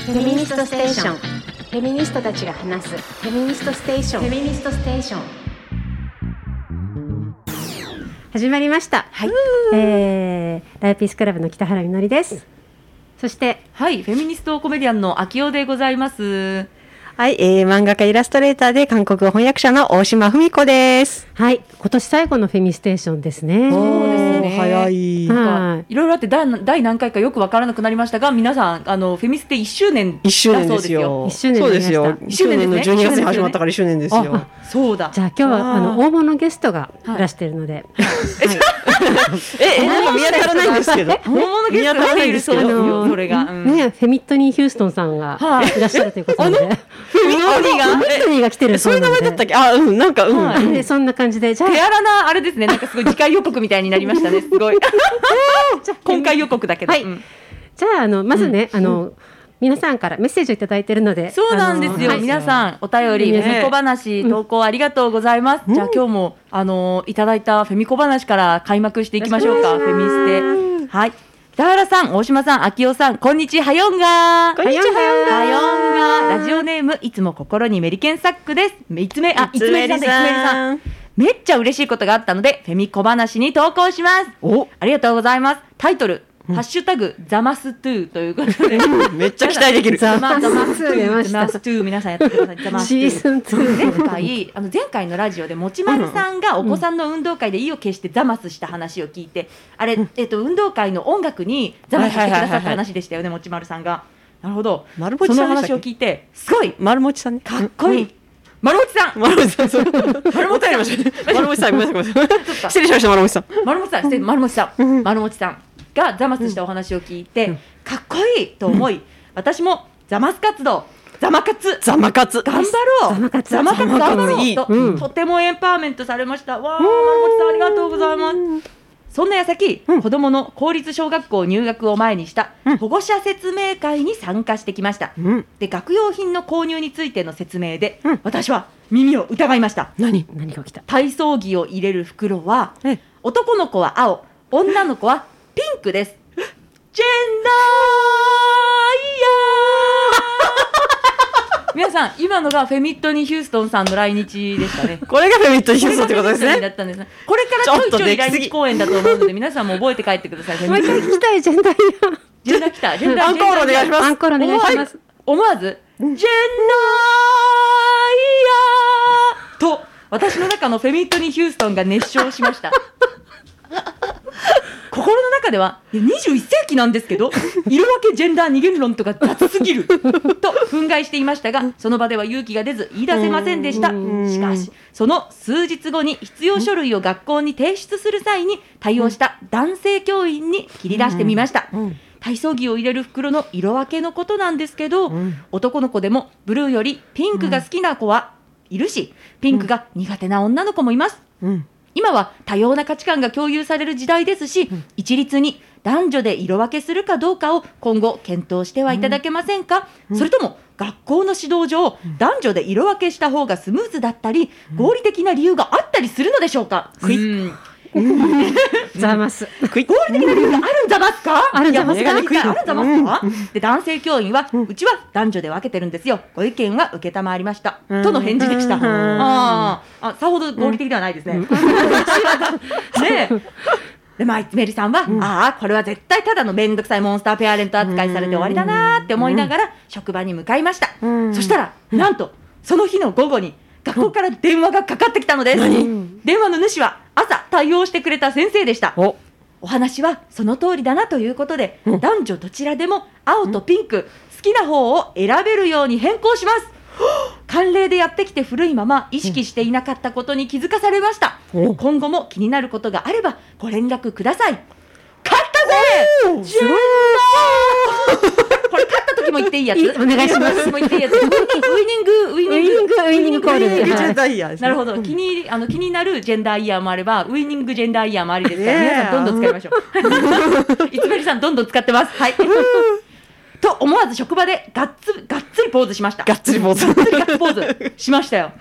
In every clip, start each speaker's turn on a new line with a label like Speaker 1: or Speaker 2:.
Speaker 1: フェミニストステーションフェミニストたちが話すフェミニストステーションフェミニストステーション始まりました、
Speaker 2: はい
Speaker 1: えー、ライピースクラブの北原みのりですそして
Speaker 2: はい、フェミニストコメディアンの秋代でございます。
Speaker 3: はい、えー、漫画家イラストレーターで韓国語翻訳者の大島文子です。
Speaker 1: はい今年最後のフェミステーションですね
Speaker 2: そうです
Speaker 3: お
Speaker 2: ね
Speaker 3: ー早い。
Speaker 1: はい
Speaker 2: なんかいろいろあってだ第何回かよくわからなくなりましたが、皆さんあのフェミステ1周年
Speaker 3: 一周年
Speaker 2: だ
Speaker 3: で
Speaker 2: そう
Speaker 3: す。よ。
Speaker 1: 一周年
Speaker 3: そ
Speaker 1: に
Speaker 3: う
Speaker 1: な
Speaker 3: で
Speaker 1: りまし
Speaker 3: す
Speaker 1: た
Speaker 3: よ。一周年の
Speaker 2: 一周
Speaker 3: 12
Speaker 2: 年
Speaker 3: 月
Speaker 2: ですね
Speaker 3: に始まったから一周年ですよ
Speaker 2: あ。そうだ。
Speaker 1: じゃあ今日は
Speaker 3: あ
Speaker 1: あ
Speaker 3: ー
Speaker 1: の大物ゲストがいらしてるので、
Speaker 3: え、え、なんか見当たらないんですけど。
Speaker 2: 本物ゲストがいるそうです
Speaker 1: あ
Speaker 2: よ。
Speaker 1: の
Speaker 2: それが。うん
Speaker 1: ねフェミットニー・ヒューストンさんが
Speaker 2: はい
Speaker 1: いらっしゃるということで、
Speaker 3: フミオリ
Speaker 1: フェミットニーが来てる
Speaker 3: え、
Speaker 1: そ
Speaker 3: そううい
Speaker 1: な
Speaker 3: う
Speaker 1: ので
Speaker 3: 名前だったっけあ、うん、なんか、うん。
Speaker 1: でそんな感じでじゃあ
Speaker 2: 手荒なあれですね。なんかすごい次回予告みたいになりましたね。すごい。 今回予告だけど。
Speaker 1: はい
Speaker 2: うん
Speaker 1: じゃああのまずね、あの皆さんからメッセージをいただいているので、
Speaker 2: そうなんです
Speaker 1: あ
Speaker 2: よ、
Speaker 1: のはい
Speaker 2: 皆さんお便り、
Speaker 1: ね
Speaker 2: フェミコ話投稿ありがとうございます、じゃあ今日もあのいただいたフェミコ話から開幕していきましょうか
Speaker 1: よ
Speaker 2: フ
Speaker 1: ろしくお
Speaker 2: ェ
Speaker 1: 願いします
Speaker 2: ミステはい田原さん大島さん秋代さんこんにちはよんが
Speaker 3: こんにちは
Speaker 1: はよんが
Speaker 2: はよんがラジオネームいつも心にメリケンサックですいつめあいつめりさんだいつめりさん
Speaker 3: ん。
Speaker 2: めっちゃ嬉しいことがあったのでフェミコ話に投稿します
Speaker 3: お、
Speaker 2: ありがとうございますタイトル、ハッシュタグザマストゥということ で
Speaker 3: めっちゃ期待でき る。
Speaker 2: ザマザマスト
Speaker 1: 出ま
Speaker 2: ゥ
Speaker 1: した
Speaker 2: ザマストゥ皆さんやってください。ザマスト
Speaker 1: シー
Speaker 2: ゥ
Speaker 1: ズン2
Speaker 2: 前回あの前回のラジオでもちまるさんがお子さんの運動会で意を決してザマスした話を聞いて、あれえっと運動会の音楽にザマスしてくださった話でしたよねもちまるさんが。なるほど。
Speaker 3: 丸持
Speaker 2: そ
Speaker 3: ち
Speaker 2: の
Speaker 3: さんでしたっけ
Speaker 2: 話を聞いてすごい
Speaker 3: 丸持ちさんね。か
Speaker 2: かっこいい。丸内さん、
Speaker 3: 丸持ちさん、そう。丸
Speaker 2: 持ちさん
Speaker 3: りました。丸持ちさん、ごめんなさい、ごめんな
Speaker 2: そっ
Speaker 3: さ
Speaker 2: か
Speaker 3: い。失礼しました、丸持ちさん。
Speaker 2: 丸本さん、失礼丸本さん、丸本さんがザマスしたお話を聞いて、かっこいいと思い、私もザマス活動、ザマ活。
Speaker 3: ざまかつ。
Speaker 2: 頑張ろう
Speaker 1: ざまかつ
Speaker 2: ざまかつ頑張ろ
Speaker 3: いいう
Speaker 2: と、
Speaker 1: うん
Speaker 2: とてもエンパワーメントされましたわあ丸本さんありがとうございますそんな矢先、子どもの公立小学校入学を前にした保護者説明会に参加してきました、
Speaker 3: うん。
Speaker 2: で学用品の購入についての説明で、私は耳を疑いました
Speaker 3: 何
Speaker 1: 何が起きた
Speaker 2: 体操着を入れる袋は
Speaker 3: ええ
Speaker 2: 男の子は青女の子はピンクですジェンダーイヤー 皆さん今のがフェミットニ・ヒューストンさんの来日でしたね
Speaker 3: これがフェミットヒューストンって
Speaker 2: これ
Speaker 3: こと
Speaker 2: がフェミ
Speaker 3: ですね。
Speaker 2: ットニだったんですねこれからちょいちょい来日公演だと思うので皆さんも覚えて帰ってくだ さい
Speaker 1: もう一回聞きたいジェンダー
Speaker 2: ジェンダー来たジェンダー
Speaker 3: アンコールお願いします
Speaker 1: アンコールお願いします
Speaker 2: 思わずジェンダーイヤーと私の中のフェミットニ・ヒューストンが熱唱しま した心の中ではいや21世紀なんですけどいるわけジェンダー二元論とか雑すぎると憤慨していましたがその場では勇気が出ず言い出せませんでしたしかしその数日後に必要書類を学校に提出する際に対応した男性教員に切り出してみました体操着を入れる袋の色分けのことなんですけど男の子でもブルーよりピンクが好きな子はいるしピンクが苦手な女の子もいます
Speaker 3: うん。
Speaker 2: 今は多様な価値観が共有される時代ですし、一律に男女で色分けするかどうかを今後検討してはいただけませんか、それとも学校の指導上男女で色分けした方がスムーズだったり合理的な理由があったりするのでしょうか、
Speaker 3: クイッ
Speaker 2: うん
Speaker 1: ざます
Speaker 3: クイッ。
Speaker 2: 合理的な理由があるんざますか
Speaker 1: あるんざますか
Speaker 2: いやもう一回あるんざますかで男性教員は、うちは男女で分けてるんですよご意見は承りました、との返事でした、
Speaker 3: うん
Speaker 2: あーあさほど合理的ではないですね、 ねえ。で、まあ、いつめりさんは、ああ、これは絶対ただのめんどくさいモンスターペアレント扱いされて終わりだなーって思いながら、職場に向かいました。そしたら、なんと、その日の午後に、学校から電話がかかってきたのです。電話の主は、朝対応してくれた先生でした。
Speaker 3: お、
Speaker 2: お話はその通りだなということで、男女どちらでも青とピンク、好きな方を選べるように変更 します。慣例でやってきて古いまま意識していなかったことに気づかされました。
Speaker 3: お
Speaker 2: 今後も気になることがあればご連絡ください。勝ったぜジェンダーこれ勝った時も言っていいやつ
Speaker 1: いいお願いします
Speaker 2: 勝った時も言っていいやつウイニング、ウイ
Speaker 1: ウ
Speaker 2: ニング、ウイ
Speaker 1: イ
Speaker 2: ニ
Speaker 1: ニ
Speaker 2: ン
Speaker 1: ン
Speaker 2: グ
Speaker 1: グ。ウイニングコール
Speaker 3: クイック
Speaker 1: は
Speaker 3: ジェン
Speaker 1: い
Speaker 3: ダー イヤーですね
Speaker 2: なるほど、気に入りあの気になるジェンダーイヤーもあればウイニングジェンダーイヤーもありですから、
Speaker 3: ねえ
Speaker 2: 皆さんどんどん使いましょう。 いつべりさんどんどん使ってます。はい。 と思わず職場でがっつがっつりポーズしました。
Speaker 3: がっつりポーズ
Speaker 2: がっつりガッツポーズしましたよ。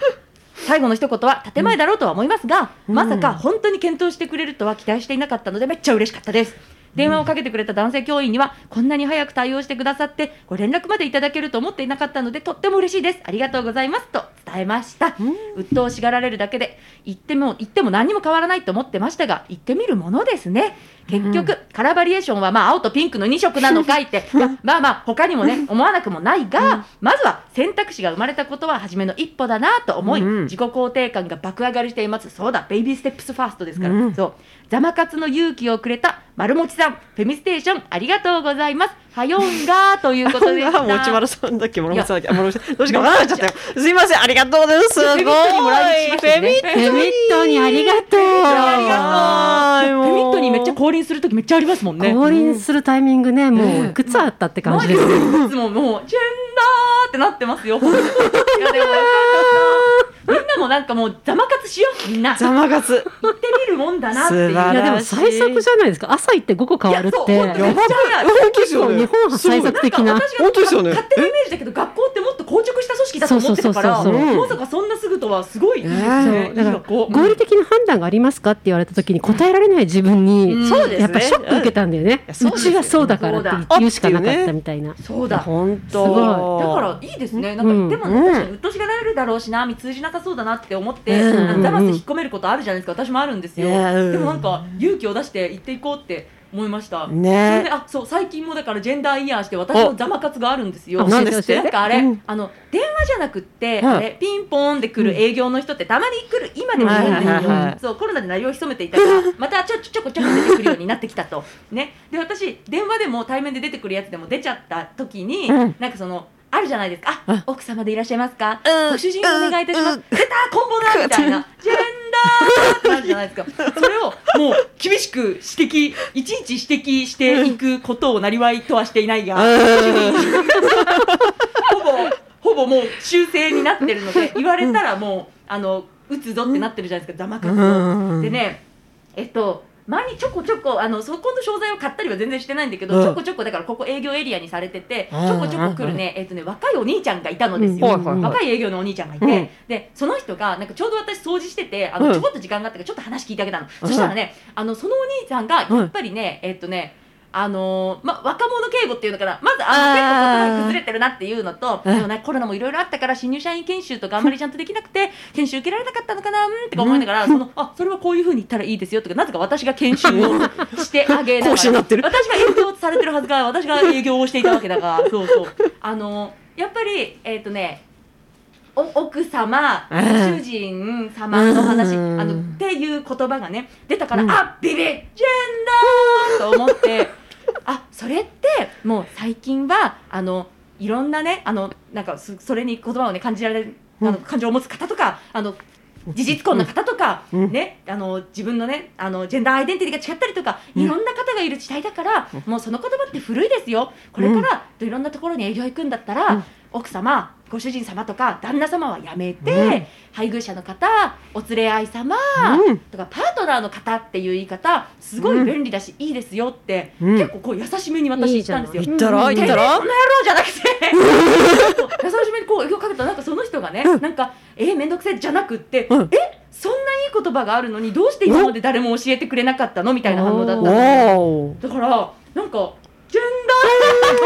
Speaker 2: 最後の一言は建前だろうとは思いますが、まさか本当に検討してくれるとは期待していなかったのでめっちゃ嬉しかったです。電話をかけてくれた男性教員には、こんなに早く対応してくださって、ご連絡までいただけると思っていなかったので、とっても嬉しいです。ありがとうございます。と伝えました。鬱陶しがられるだけで、言っても、言っても何にも変わらないと思ってましたが、言ってみるものですね。結局、カラーバリエーションは、まあ、青とピンクの2色なのかい って、いやまあまあ、他にもね、思わなくもないが、まずは選択肢が生まれたことは、初めの一歩だなと思い、
Speaker 4: うん
Speaker 2: 自己肯定感が爆上がりしています。そうだ、ベイビーステップスファーストですから。
Speaker 4: うん
Speaker 2: そう。ザマ活の勇気をくれた丸持さん、フェミステーション、ありがとうございます。はよんがーということで した。
Speaker 4: もちまるさんだっけ、もろもちさんだっけ、あもろもちさんどうしようかわかんなくなっちゃったよ。すいません、ありがとうございます。すごい。
Speaker 2: フェミットにも来日しましたよね
Speaker 4: フェミット
Speaker 3: フェミットにありがとう。
Speaker 2: あ
Speaker 4: あり
Speaker 2: フ
Speaker 4: がとう。
Speaker 2: ェミットにめっちゃ降臨するときめっちゃありますもんね。
Speaker 3: 降臨するタイミングね、もういくつあったって感じです。
Speaker 2: いつももう、ジェンダーってなってますよ。いやでもよかったみんなもなんかもう、ざまかつしよう、みんな。
Speaker 4: ざまがつ。
Speaker 2: 行ってみるもんだなっていう。
Speaker 4: 素晴ら
Speaker 3: いや
Speaker 2: いやで
Speaker 3: で
Speaker 2: も
Speaker 3: も最速じゃないですか。朝行って5個変わるっ
Speaker 2: い
Speaker 3: て。
Speaker 2: やそう本当に
Speaker 4: やばくない本当ですよね。
Speaker 3: 日本初最速的
Speaker 2: なん
Speaker 3: な
Speaker 2: か。私が
Speaker 4: 本当ですよね
Speaker 2: 勝手なイメージだけど学校ってもっと硬直した組織だと思ってたから
Speaker 3: そう
Speaker 4: そうそうそう
Speaker 2: まさかそんなすぐとはすごいいいです
Speaker 4: ね
Speaker 3: そ
Speaker 2: ね
Speaker 3: うだから
Speaker 2: いい学校
Speaker 3: 合理的な判断がありますかって言われた時に答えられない自分に、
Speaker 2: うん
Speaker 4: そうですね
Speaker 3: やっぱショック受けたんだよね、
Speaker 4: う
Speaker 3: うん
Speaker 4: そうですよ
Speaker 3: ちはそうだからって言うしかなかったみたいな、
Speaker 2: そうだ
Speaker 4: 本当。
Speaker 3: すごい
Speaker 2: だからいいですね、なんか、
Speaker 3: うん
Speaker 2: でも、ね
Speaker 4: うん
Speaker 2: 確かにうっとしがられるだろうしな、通じなさそうだなって思って、
Speaker 3: うん
Speaker 2: あのダマス引っ込めることあるじゃないですか、私もあるんですよ、
Speaker 4: うん
Speaker 2: でもなんか、勇気を出して行っていこうって思いました。それ
Speaker 4: ね
Speaker 2: で。あそう最近もだからジェンダーイヤーして私のザマ活があるんですよ。
Speaker 4: あ何ですって
Speaker 2: なんかあれ、
Speaker 4: うん
Speaker 2: あの電話じゃなくって、
Speaker 4: はい
Speaker 2: あれピンポンで来る営業の人ってたまに来る今でもいるんですよ、
Speaker 4: はいはいはい
Speaker 2: そうコロナで内容を潜めていた からまたちょちょちょこちょこ出てくるようになってきたと ねで私電話でも対面で出てくるやつでも出ちゃった時に、
Speaker 4: うん
Speaker 2: なんかそのあるじゃないですか
Speaker 4: うん
Speaker 2: あ奥様でいらっしゃいますか、
Speaker 4: うん
Speaker 2: ご主人お願いいたします、
Speaker 4: うん
Speaker 2: 出たコンボだみたいなジェンダーってなるじゃないですかそれをもう厳しく指摘いちいち指摘していくことをなりわいとはしていないがほぼほぼもう修正になってるので言われたらもうあの打つぞってなってるじゃないですかざまかつ
Speaker 4: うん
Speaker 2: を。でねえっと前にちょこちょこあのそこの商材を買ったりは全然してないんだけど、
Speaker 4: うん
Speaker 2: ちょこちょこだからここ営業エリアにされてて、
Speaker 4: うん
Speaker 2: ちょこちょこ来るね,、えっとね若いお兄ちゃんがいたのですよ、
Speaker 4: うんはいはいはい
Speaker 2: 若い営業のお兄ちゃんがいて、
Speaker 4: うん
Speaker 2: でその人がなんかちょうど私掃除しててあ
Speaker 4: う
Speaker 2: の
Speaker 4: ん
Speaker 2: ちょこっと時間があったからちょっと話聞いてあげたの、そしたらねあのそのお兄ちゃんがやっぱりね、えっとねあのーま、若者敬語っていうのかなまずあの結構言葉が崩れてるなっていうのと
Speaker 4: うん
Speaker 2: でもねコロナもいろいろあったから新入社員研修とかあんまりちゃんとできなくて研修受けられなかったのかなうんとか思いながら、そのあそれはこういうふうに言ったらいいですよとかなぜか私が研修をしてあげながら
Speaker 4: 講師になってる
Speaker 2: 私が営業されてるはずが私が営業をしていたわけだからそうそうあのーやっぱりえっ、とねお奥様、
Speaker 4: うん
Speaker 2: 主人様の話、
Speaker 4: うん
Speaker 2: あのっていう言葉がね出たから、
Speaker 4: うん
Speaker 2: あビビジェンダーと思 ってあそれってもう最近はあのいろんなねあのなんかそそれに言葉をね感じられるあの感情を持つ方とかあの事実婚の方とか、
Speaker 4: うん
Speaker 2: ね、あの自分のねあのジェンダーアイデンティティが違ったりとか、
Speaker 4: うん
Speaker 2: いろんな方がいる時代だから、もうその言葉って古いですよこれからいろんなところに営業行くんだったら、
Speaker 4: うん
Speaker 2: 奥様ご主人様とか旦那様はやめて、
Speaker 4: うん
Speaker 2: 配偶者の方お連れ合い様、
Speaker 4: うん
Speaker 2: とかパートナーの方っていう言い方すごい便利だし、いいですよって、
Speaker 4: うん
Speaker 2: 結構こう優しめに私言ったんですよ。
Speaker 3: いいじゃない
Speaker 4: 言ったら
Speaker 3: う
Speaker 4: 言ったら
Speaker 3: ん
Speaker 2: この野郎じゃなくてそう 優しめにこう営業かけたらなんかその人がね、
Speaker 4: うん
Speaker 2: なんかえー、めんどくせえじゃなくって、
Speaker 4: うん
Speaker 2: えそんないい言葉があるのにどうして今まで誰も教えてくれなかったのみたいな反応だった
Speaker 4: お
Speaker 2: のだ
Speaker 4: お。
Speaker 2: からなんかジェン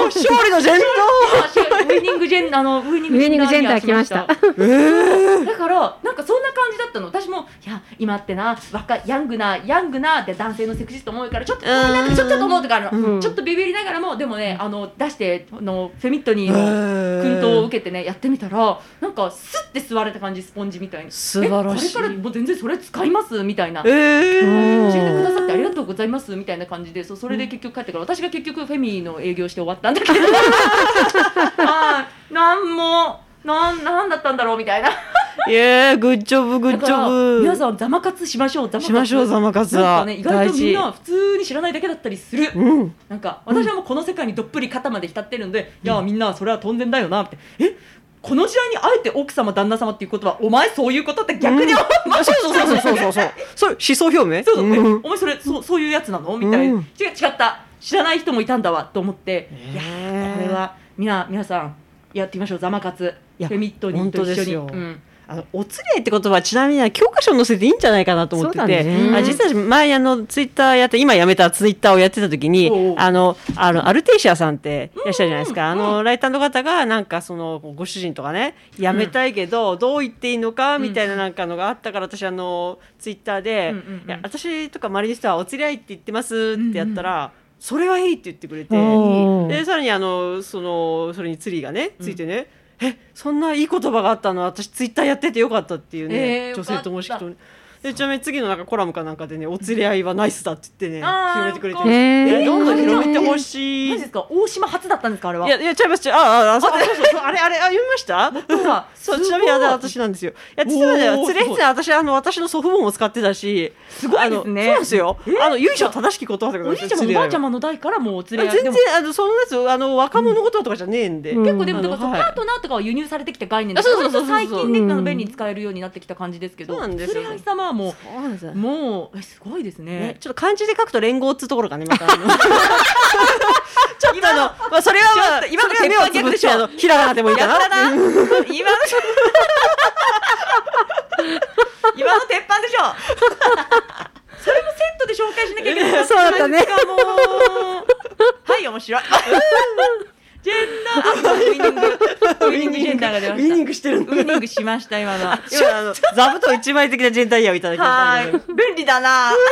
Speaker 4: 勝利のジェン
Speaker 2: ダーウィニングジェンあのウィニン
Speaker 3: ウェニングジェンダー来ました。
Speaker 4: ダー。え
Speaker 2: だからなんかそんな感じだったの私もいや今ってな若いヤングなヤングなって男性のセクシストも多いからちょっと
Speaker 4: うーん
Speaker 2: なんかちょっと思うとかあるの、
Speaker 4: うん
Speaker 2: ちょっとビビりながらもでもねあの出してあのフェミットニーの
Speaker 4: え
Speaker 2: 薫陶を受けてねやってみたらなんかスッて吸われた感じスポンジみたいに
Speaker 4: 素晴らしい
Speaker 2: えこれからもう全然それ使いますみたいな
Speaker 4: え
Speaker 2: 教え
Speaker 4: ー
Speaker 2: てくださってありがとうございますみたいな感じでそうそれで結局帰ってから私が結局フェミの営業して終わったん だけどはいなんもなんなんだったんだろうみたいな。
Speaker 4: イエーグッジョブグッ
Speaker 2: だ
Speaker 4: ジ
Speaker 2: から
Speaker 4: ョブ
Speaker 2: 皆さんざま活しましょうざま活
Speaker 4: しましょうザマカツ
Speaker 2: なん
Speaker 4: は
Speaker 2: かね意外とみ
Speaker 4: 大
Speaker 2: んな普通に知らないだけだったりする
Speaker 4: 事うん
Speaker 2: なんか私はもうこの世界にどっぷり肩まで浸ってるんで、いやみんなそれは当然だよなってえこの時代にあえて奥様旦那様っていう言葉お前そういうことって逆に思う、
Speaker 4: そうそうそうそうそうそうそう思想表明
Speaker 2: そうそう
Speaker 4: うん
Speaker 2: えお前それそうそういうやつなのみたいな、
Speaker 4: うん
Speaker 2: 違う違った知らない人もいたんだわと思って、いや
Speaker 4: ねえ
Speaker 2: これはみんな皆さんやってみましょうざま活
Speaker 4: いや
Speaker 2: フェミットニーと
Speaker 4: 本当
Speaker 2: 一
Speaker 4: で
Speaker 2: 緒
Speaker 4: す
Speaker 2: に、
Speaker 4: よ
Speaker 2: うん
Speaker 5: あのおつれって言葉はちなみに教科書に載せていいんじゃないかなと思って
Speaker 3: そうだ
Speaker 5: て、
Speaker 3: ね
Speaker 5: あ実は前あのツイッターやって今やめたツイッターをやってた時に
Speaker 2: おうおう
Speaker 5: あのあのアルテイシアさんっていらっしゃるじゃないですか、あのライターの方がなんかそのご主人とかねやめたいけど、どう言っていいのかみたいななんかのがあったから私あのツイッターで、
Speaker 2: うんうんうん
Speaker 5: いや私とか周りの人はおつり合いって言ってますってやったら、それはいいって言ってくれて。
Speaker 3: おー
Speaker 5: でさらにあのそのそれにツリーがねついてね、えそんないい言葉があったの私ツイッターやっててよかったっていうね、
Speaker 2: えー
Speaker 5: 女性ともしき
Speaker 2: よ
Speaker 5: とでちなみに次のなんかコラムかなんかでねお釣り合いはナイスだって言ってね
Speaker 2: あー
Speaker 5: 広めてくれてる
Speaker 2: よかった
Speaker 5: え
Speaker 3: え
Speaker 5: ー
Speaker 3: ー
Speaker 5: どんどん広めてほしい。
Speaker 2: 何
Speaker 5: い
Speaker 2: ですか大島初だったんですかあれは
Speaker 5: やいやちゃいますちゃいあああそうそうそうそうあれあれあ読みました
Speaker 2: は
Speaker 5: そう
Speaker 2: す
Speaker 5: ち
Speaker 2: ご
Speaker 5: ないみにあれ私なんですよいや実は
Speaker 2: お
Speaker 5: ね
Speaker 2: ー
Speaker 5: 釣り合いってのは私あの私の祖父母も使ってたし
Speaker 2: すごいですね
Speaker 5: あのそうなんですよ、あの由緒正しき言葉とか
Speaker 2: おじいちゃんもおばあちゃまの代からもうお連れ合い
Speaker 5: 全然
Speaker 2: でも
Speaker 5: あのそのやつあの若者言葉とかじゃねえんで、
Speaker 3: うん
Speaker 2: 結構でもだからそ
Speaker 5: あ
Speaker 2: う
Speaker 5: の
Speaker 2: パ
Speaker 5: はい
Speaker 2: ートナーとかは輸入されてきた概念で
Speaker 5: あそうそうそうそう
Speaker 2: 割と最近ね
Speaker 3: うん
Speaker 2: あの便利に使えるようになってきた感じですけど
Speaker 5: そうなんです
Speaker 2: 連
Speaker 5: よ
Speaker 2: れ合い様はも
Speaker 5: そうなんです よ
Speaker 2: うもうえすごいですね
Speaker 5: ね、ちょっと漢字で書くと連合っつうところがね、またあのちょっとあの、まあ、それは、まあ、今の目をつぶって、あの、ひらがなでもいいかな。
Speaker 2: だ今の今の鉄板でしょそれもセットで紹介しなきゃいけない
Speaker 3: そうだったね
Speaker 2: もうはい面白いジェンダーあウィニングウィニングジェンダーが出ま
Speaker 5: ウィニ
Speaker 2: し
Speaker 5: ングしてるん
Speaker 2: た
Speaker 5: だ。
Speaker 2: ウィニングしました今のは
Speaker 5: 今あの座布団一枚的なジェンダーイヤーをいただきました、
Speaker 2: い便利だな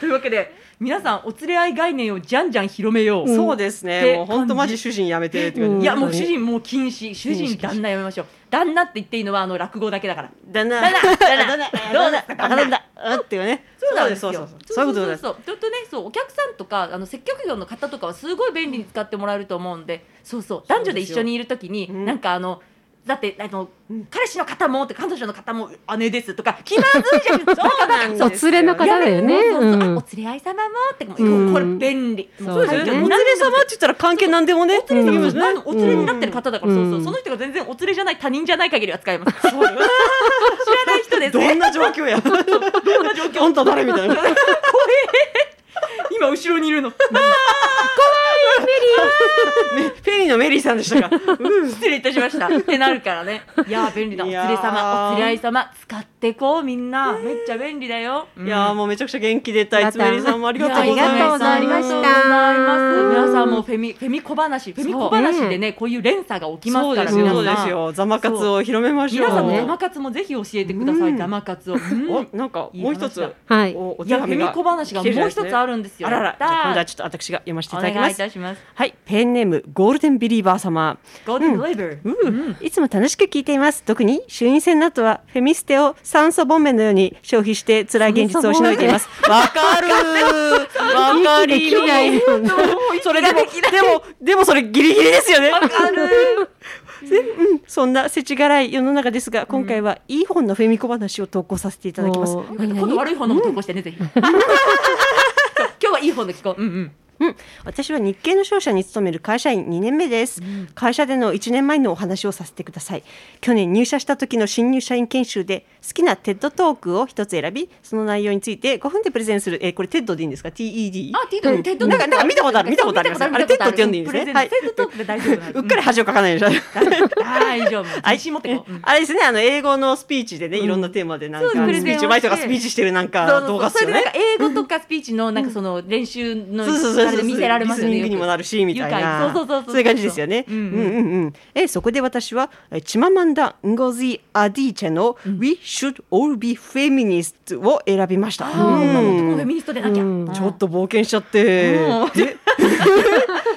Speaker 2: というわけで皆さんお連れ合い概念をじゃんじゃん広めよう、
Speaker 5: そうです
Speaker 2: で
Speaker 5: ね。もう本当マジ主人やめてって感じ、
Speaker 3: うん
Speaker 2: いやもう主人もう禁止主
Speaker 5: 禁
Speaker 2: 人
Speaker 5: 止
Speaker 2: 旦那やめましょう旦那って言っていいのはあの落語だけだから
Speaker 5: だな
Speaker 2: だなだな
Speaker 5: だな
Speaker 2: ど
Speaker 5: ど
Speaker 2: う
Speaker 5: う
Speaker 2: だ
Speaker 5: だあだんだあっていうね。
Speaker 2: なん
Speaker 5: そう
Speaker 2: よ
Speaker 5: そうそうそういうことです。
Speaker 2: そうそうそうちょっとねそうお客さんとかあの接客業の方とかはすごい便利に使ってもらえると思うんでそうそう男女で一緒にいるときに、
Speaker 5: うん
Speaker 2: なんかあのだってあの、
Speaker 5: うん
Speaker 2: 彼氏の方もって彼女の方も姉ですとか気まずいじゃ んそうなん
Speaker 3: お連れの方だよね。
Speaker 2: そうそうそう
Speaker 3: う
Speaker 2: あ
Speaker 3: ん
Speaker 2: お連れ合い様もっても
Speaker 3: うん
Speaker 2: これ便利
Speaker 3: そうです
Speaker 5: お
Speaker 3: ね
Speaker 5: 連れ
Speaker 2: も
Speaker 5: 様って言ったら関係なんでもね。お
Speaker 2: お連れ様
Speaker 3: うん
Speaker 2: そうお連れになってる方だから、
Speaker 3: うん
Speaker 2: そうそうその人が全然お連れじゃない他人じゃない限りは使えます知らない人です
Speaker 5: どん
Speaker 2: ね
Speaker 5: な状況や。
Speaker 2: どんな状況
Speaker 5: あんた誰みたいな。
Speaker 2: 今後ろにいるの
Speaker 5: ねフェリーのメリーさんでしたか。
Speaker 2: 失礼いたしましたってなるからねいやー便利だお
Speaker 5: い
Speaker 2: 連
Speaker 5: やー
Speaker 2: れ様お連れ合い様使ってこうみんな、めっちゃ便利だよ、
Speaker 5: いやーもうめちゃくちゃ元気出たいつめりさんもありがとうございます。
Speaker 3: ありがとうございました
Speaker 2: ありがとうございます皆さんもフェミフェミ小話フェミ小話でねこういう連鎖が起きま
Speaker 5: そ
Speaker 2: す
Speaker 5: う
Speaker 2: か
Speaker 5: で
Speaker 2: ら
Speaker 5: すよ、そう
Speaker 2: 皆
Speaker 5: で
Speaker 2: さ
Speaker 5: す
Speaker 2: ん
Speaker 5: よ。ザマカツを広めましょう。
Speaker 2: 皆さんも
Speaker 3: ね
Speaker 2: 玉活もぜひ教えてください、
Speaker 5: うん
Speaker 2: 玉活を、うん
Speaker 5: お、なんかもう一
Speaker 2: いい話
Speaker 5: つ
Speaker 2: だ。
Speaker 3: はい。
Speaker 5: お、お
Speaker 2: い
Speaker 5: 手
Speaker 2: やフェ
Speaker 5: 紙
Speaker 2: ミ
Speaker 5: が
Speaker 2: 小話がもう一つあるんですよ
Speaker 5: あらら、じゃあ今度
Speaker 2: や
Speaker 5: は
Speaker 2: っ
Speaker 5: ちょっと私が読ませて
Speaker 2: た
Speaker 5: い
Speaker 2: ー
Speaker 5: ただきま
Speaker 2: お願いい
Speaker 5: す。
Speaker 2: たします
Speaker 5: はい、ペンネームゴールデンビリーバー様。
Speaker 2: ゴールデンレーブ
Speaker 5: う
Speaker 2: うん
Speaker 5: ん、いつも楽しく聞いています。特に衆院選の後はフェミステを酸素ボンベのように消費して辛い現実をしのいでいます。わかるわか
Speaker 3: で
Speaker 5: り
Speaker 3: きない
Speaker 5: ます。
Speaker 3: よね。
Speaker 5: それでも、でも、でもそれギリギリですよね。
Speaker 2: わかる
Speaker 5: そんな世知辛い世の中ですが、今回はいい本のフェミコ話を投稿させていただきます。
Speaker 3: おー
Speaker 2: 今度悪い方のも投稿してね、 ぜひ今日はいい方の聞こう、うんうん
Speaker 5: うん、私は日系の商社に勤める会社員2年目です、会社での1年前のお話をさせてください去年入社した時の新入社員研修で好きなテッドトークを一つ選びその内容について5分でプレゼンする、えーこれテッドでいいんですか TED
Speaker 2: あ、テッド、テッド
Speaker 5: なんかなんか見たことある見たことありますあれテッドって呼んでいいんですねはい
Speaker 2: テッドトークで大丈夫なの
Speaker 5: うっかり恥をかかないでしょ、
Speaker 2: 大丈夫。自信持ってこう。うん
Speaker 5: あれですねあの英語のスピーチでね、いろんなテーマでなんか
Speaker 2: そうプレ
Speaker 5: スピ
Speaker 2: ゼンを
Speaker 5: ーチうまい人がスピーチしてるなんか動画っ
Speaker 2: そ
Speaker 5: す
Speaker 2: れ
Speaker 5: よ
Speaker 2: でなん
Speaker 5: ね
Speaker 2: か英語とかスピーチのなんかその練習の
Speaker 5: そうそうそう
Speaker 2: あ
Speaker 5: そ
Speaker 2: れ
Speaker 5: う
Speaker 2: で見せられますよね。
Speaker 5: リスニングにもなるしみたいな
Speaker 2: そうそうそうそう
Speaker 5: いう感じですよね、
Speaker 2: う
Speaker 5: うんん、
Speaker 2: う
Speaker 5: うんんうんえそこで私はえチママンダ・ンゴジ・アディーチェの「We should all be feminist」を選びました、
Speaker 2: ああ、
Speaker 5: うん
Speaker 2: まあ男もフェミニストでなきゃ。
Speaker 3: うん
Speaker 5: ちょっと冒険しちゃって、
Speaker 2: うん
Speaker 5: え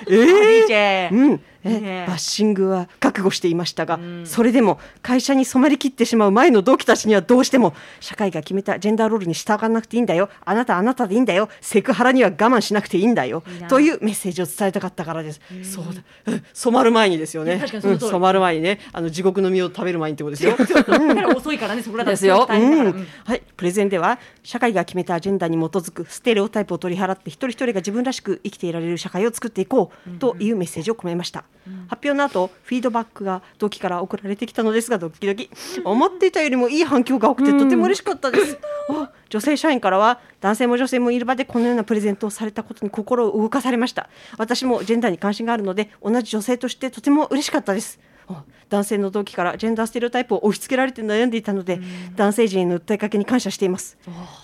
Speaker 5: え ー
Speaker 2: DJ。
Speaker 5: うん、え
Speaker 2: ねえ
Speaker 5: バッシングは覚悟していましたが、
Speaker 2: ん
Speaker 5: それでも会社に染まりきってしまう前の同期たちにはどうしても社会が決めたジェンダーロールに従わなくていいんだよあなたあなたでいいんだよセクハラには我慢しなくていいんだよ
Speaker 2: いいな
Speaker 5: というメッセージを伝えたかったからです、そうだうん染まる前にですよ
Speaker 2: いや
Speaker 5: ね
Speaker 2: 確かにその
Speaker 5: うん
Speaker 2: 通り
Speaker 5: 染まる前にねあの地獄の実を食べる前にってこと ですよ。
Speaker 2: だから遅いからね、そこらだと
Speaker 5: ですよ、
Speaker 2: 大変だからうん
Speaker 5: はい、プレゼンでは社会が決めたアジェンダに基づくステレオタイプを取り払って一人一人が自分らしく生きていられる社会を作っていこうというメッセージを込めました、発表の後フィードバックが同期から送られてきたのですがドキドキ思っていたよりもいい反響が多くてとても嬉しかったです、あ女性社員からは男性も女性もいる場でこのようなプレゼントをされたことに心を動かされました私もジェンダーに関心があるので同じ女性としてとても嬉しかったですあ男性の動機からジェンダーステレオタイプを押し付けられて悩んでいたので、男性陣への訴えかけに感謝しています、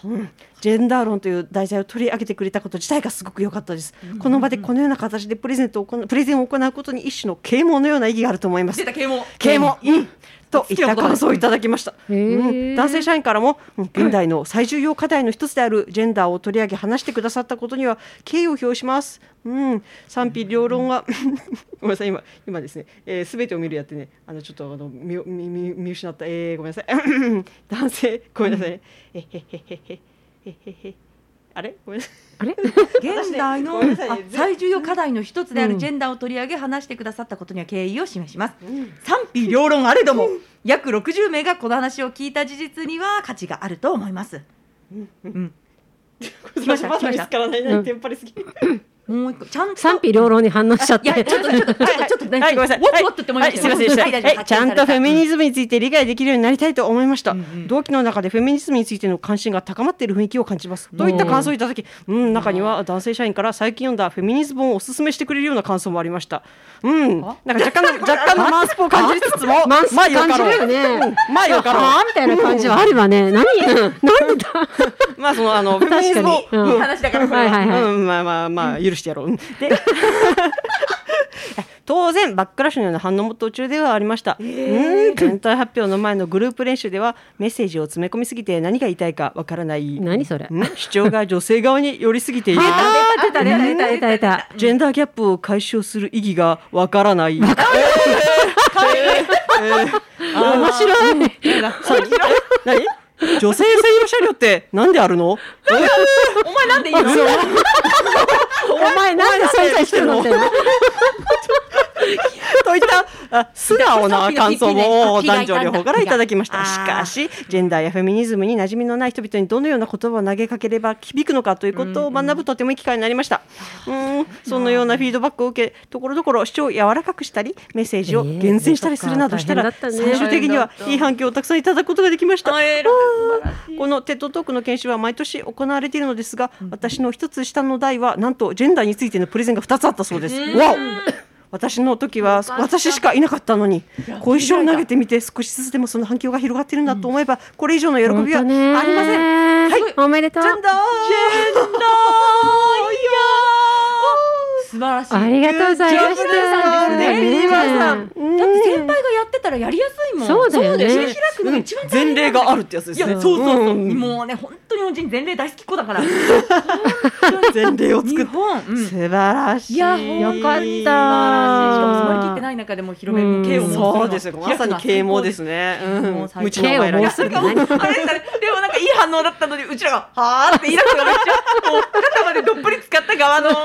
Speaker 5: うんジェンダー論という題材を取り上げてくれたこと自体がすごく良かったです、この場でこのような形でプレゼントを行うプレゼンを行うことに一種の啓蒙のような意義があると思います
Speaker 2: 出た啓蒙
Speaker 5: 啓蒙、うん、といった感想をいただきました、
Speaker 3: へー
Speaker 5: うん男性社員からもうん現代の最重要課題の一つであるジェンダーを取り上げ話してくださったことには敬意を表します、うん、賛否両論は ごめんなさい今今ですねすべ、全てを見るやってねあのちょっとあの見見見見失ったえー、ごめんなさい 男性ごめんなさいね、えへへへへへへへあれごめんなさい
Speaker 2: 現代の
Speaker 5: ごめんなさい
Speaker 2: あ最重要課題の一つであるジェンダーを取り上げ話してくださったことには敬意を示します、賛否両論あれども約60名がこの話を聞いた事実には価値があると思いますうん
Speaker 5: ごめん
Speaker 2: ま
Speaker 5: な
Speaker 2: し
Speaker 5: さ
Speaker 2: た
Speaker 5: いまだ見つからないな
Speaker 3: う
Speaker 5: に
Speaker 3: ん
Speaker 5: テンパりすぎ、
Speaker 2: もう一個ちゃんと
Speaker 3: 賛否両論に反応しちゃっ
Speaker 2: いや
Speaker 3: て
Speaker 2: ちょっとちょっとちょっとちょっとね
Speaker 5: はい、ごめんなさい。
Speaker 2: ウォットウォットって思いましたよ
Speaker 5: はい、すみませんで
Speaker 2: は
Speaker 5: した、
Speaker 2: い大丈夫
Speaker 5: はいちゃんとフェミニズムについて理解できるようになりたいと思いました。
Speaker 2: うんうん
Speaker 5: 同期の中でフェミニズムについての関心が高まっている雰囲気を感じます。といった感想をいただき、うん、中には男性社員から最近読んだフェミニズムをおすすめしてくれるような感想もありました。うん、なんか若干の若干のマンスポを感じつつも、
Speaker 3: マンス
Speaker 5: まあよ
Speaker 3: 感
Speaker 5: か
Speaker 3: じ
Speaker 5: ろう
Speaker 3: るよね。
Speaker 5: うんまあよかろう
Speaker 3: はあみたいな感じはあるわね。何 なんでだ。
Speaker 5: まあそのあのフェミニズムを
Speaker 3: 確かにうん
Speaker 5: うん
Speaker 2: 話だからこれは
Speaker 3: はいはいはい
Speaker 5: うん、まあまあまあ許してやろう。うんで 当然バックラッシュのような反応も途中ではありました、うん全体発表の前のグループ練習ではメッセージを詰め込みすぎて何が言いたいかわからない
Speaker 3: 何それ。
Speaker 5: うん主張が女性側に寄りすぎている
Speaker 3: あー出た出た出た出た出た。
Speaker 5: ジェンダーギャップを解消する意義がわからない
Speaker 3: 面白い。
Speaker 5: さ何女性専用車両ってなんであるの
Speaker 2: お前なんで言うの
Speaker 3: お前なんで存在してるのみたいな。
Speaker 5: といったあ素直な感想も
Speaker 2: じゃあ
Speaker 5: 男女両方からいただきまし
Speaker 2: あ
Speaker 5: たし
Speaker 2: ー
Speaker 5: かしジェンダーやフェミニズムに馴染みのない人々にどのような言葉を投げかければ響くのかということを学ぶとてもいい機会になりま したうんそのようなフィードバックを受けところどころ主張を柔らかくしたりメッセージを厳選したりするなどした
Speaker 3: え
Speaker 5: ら
Speaker 3: ーそっか大変だったね
Speaker 5: 最終的にはいい反響をたくさんいただくことができました
Speaker 2: あ偉い素晴らしい
Speaker 5: このテッドトークの研修は毎年行われているのですが、私の一つ下の代はなんとジェンダーについてのプレゼンが二つあったそうです。わお私の時は私しかいなかったのに小石を投げてみて少しずつでもその反響が広がってるんだと思えば、これ以上の喜びはありません。
Speaker 3: ん
Speaker 5: はい
Speaker 3: おめでとう
Speaker 5: ジェ。ンダー
Speaker 2: 素晴らしい
Speaker 3: ありがとうございまし
Speaker 2: ジェンダーさ
Speaker 3: た。
Speaker 2: んですね
Speaker 3: ね
Speaker 2: ジェンダーさ
Speaker 5: ん
Speaker 2: だって先輩がやってたらやりやすいもん
Speaker 3: そうだよね
Speaker 2: そうだよ切り開くのが一番大変
Speaker 5: 前例があるってやつで
Speaker 2: い
Speaker 5: す
Speaker 2: や
Speaker 5: ね。
Speaker 2: そうそうそう、
Speaker 5: ん
Speaker 2: もうね本当に日本人前例大好きっ子だから
Speaker 5: 前例を作
Speaker 2: 日
Speaker 5: って
Speaker 2: 本、うん
Speaker 5: 素晴らしい。
Speaker 2: いや本当に
Speaker 3: よかった
Speaker 2: 素晴らしいしかも染まりきってない中でも広
Speaker 3: う
Speaker 2: め
Speaker 3: ん
Speaker 2: 啓蒙
Speaker 5: そうですよ。まさに啓蒙です
Speaker 2: ね
Speaker 5: ね。
Speaker 2: 啓
Speaker 5: う
Speaker 2: 蒙
Speaker 5: ん
Speaker 2: 最高。
Speaker 5: 無知のお前ら
Speaker 2: い
Speaker 5: に
Speaker 2: やなんかもうあれだねでもなんかいい反応だったのにうちらが「はあ」って言いながらめっちゃもう肩までどっぷり使った側の「は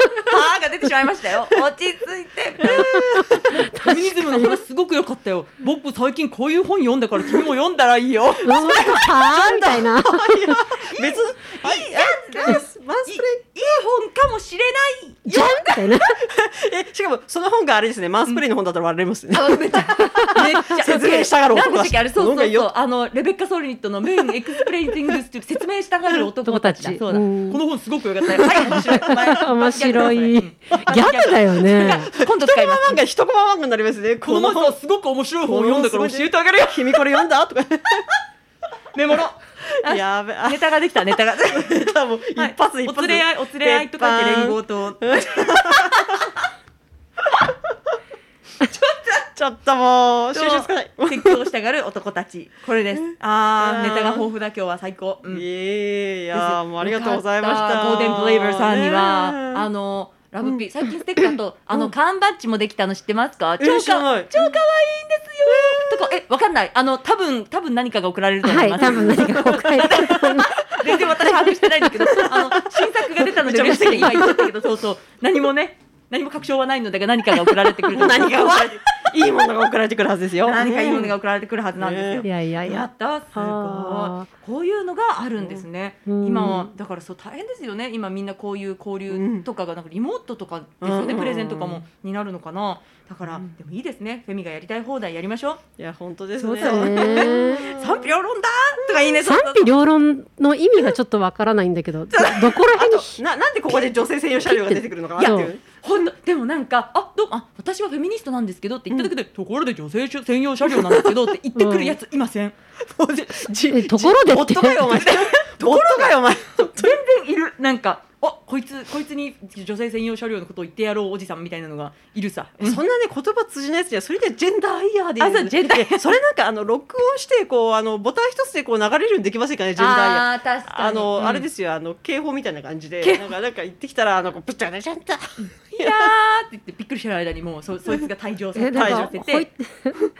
Speaker 2: あ」が出てしまいましたよ落ち着いてフェミニズムの話すごく良かったよ僕最近こういう本読んだから君も読んだらいいよ
Speaker 3: うんはあみたいな。
Speaker 5: 別いいやつマンスプレイ
Speaker 2: いい本かもしれない
Speaker 3: じゃんみたいな。
Speaker 5: えしかもその本があれですねマンスプレイの本だったら割れますね、
Speaker 2: めっちゃ
Speaker 5: 説明したがる
Speaker 2: なん
Speaker 5: 男だ
Speaker 2: でしたっけあれそうそう
Speaker 5: なんか
Speaker 2: そう
Speaker 5: よ
Speaker 2: あのレベッカ・ソルニットのメインエクスプレイティングスっていう説明したがる男たちだ
Speaker 3: 男たち
Speaker 2: そうだこ
Speaker 3: うん
Speaker 2: の本すごく良かったよ はい面白いお前
Speaker 3: 面白い。ギ
Speaker 2: あ
Speaker 3: ャグだよね。
Speaker 2: 今度使い
Speaker 5: 一コマ漫
Speaker 2: ます
Speaker 5: 画一コマ漫画になりますね
Speaker 2: この
Speaker 5: 本
Speaker 2: 本すごく面白い本を読んだから教えてあげるよ
Speaker 5: 君これ読んだと か
Speaker 2: メモの
Speaker 5: やべあ
Speaker 2: ネタができたネタ が
Speaker 5: もう一発一発
Speaker 2: お連れ合いお連れ合いとかって連合と
Speaker 5: ちょっともう収集つかない
Speaker 2: 説教したがる男たちこれですあーネタが豊富だ今日は最高うん
Speaker 5: いえいやもうありがとうございまし
Speaker 2: よかったゴールデンブレイバーさんには、
Speaker 5: ねえ
Speaker 2: あのラブピー、最近ステッカーと、あの缶バッジもできたの知ってますか？超か
Speaker 5: 知らない
Speaker 2: 超可愛いんですよ。とかえわかんない。あの多分多分何かが送られると思
Speaker 3: はいい、
Speaker 2: ます。
Speaker 3: 多分何か公開。
Speaker 2: 全然私把握してないんだけど、あの新作が 出たので嬉しくて今言っちゃったけど、そうそう何もね何も確証はないのだが何かが送られてくると。
Speaker 5: 何か送られていいものが送られてくるはずですよ
Speaker 2: 何かいいものが送られてくるはずなんですよ。
Speaker 3: いやいやい
Speaker 2: や
Speaker 3: や。
Speaker 2: ったすご
Speaker 3: はい
Speaker 2: こういうのがあるんですね、
Speaker 3: うん
Speaker 2: 今はだからそう大変ですよね今みんなこういう交流とかがなんかリモートとかですよね、
Speaker 5: うん
Speaker 2: プレゼントとかもになるのかなだから、でもいいですねフェミがやりたい放題やりましょう
Speaker 5: いや本当です
Speaker 2: そう
Speaker 5: ね
Speaker 2: だよ
Speaker 3: ね
Speaker 2: 賛否両論だとかいいね
Speaker 3: 賛否両論の意味がちょっとわからないんだけど、どどこら辺に
Speaker 5: ななんでここで女性専用車両が出てくるのかなっていう
Speaker 2: ほんのでもなんか「あどうもあ私はフェミニストなんですけど」って言っただけで「ところで女性専用車両なんですけど」って言ってくるやついません。もうぜ
Speaker 3: えところでって
Speaker 4: 夫かよお 前夫かよお前
Speaker 2: 全然いるなんかあこいつこいつに女性専用車両のことを言ってやろうおじさんみたいなのがいるさ、
Speaker 4: そんなね言葉通じないやつじゃそれでジェンダーイヤーでいい
Speaker 2: あそうジェンダーイヤ ー
Speaker 4: それなんかあの録音してこうあのボタン一つでこう流れるようにできませんかねジェンダーイヤー
Speaker 2: あー確かに
Speaker 4: あの、
Speaker 2: うん
Speaker 4: あれですよあの警報みたいな感じで
Speaker 2: 警
Speaker 4: なんかなんか行ってきたらあのこうプチャラジャン タ
Speaker 2: いやーって言ってびっくりしてる間にもうそそいつが退場さ
Speaker 3: え
Speaker 2: 退
Speaker 3: なん
Speaker 2: 場
Speaker 3: か
Speaker 2: してて
Speaker 3: ほい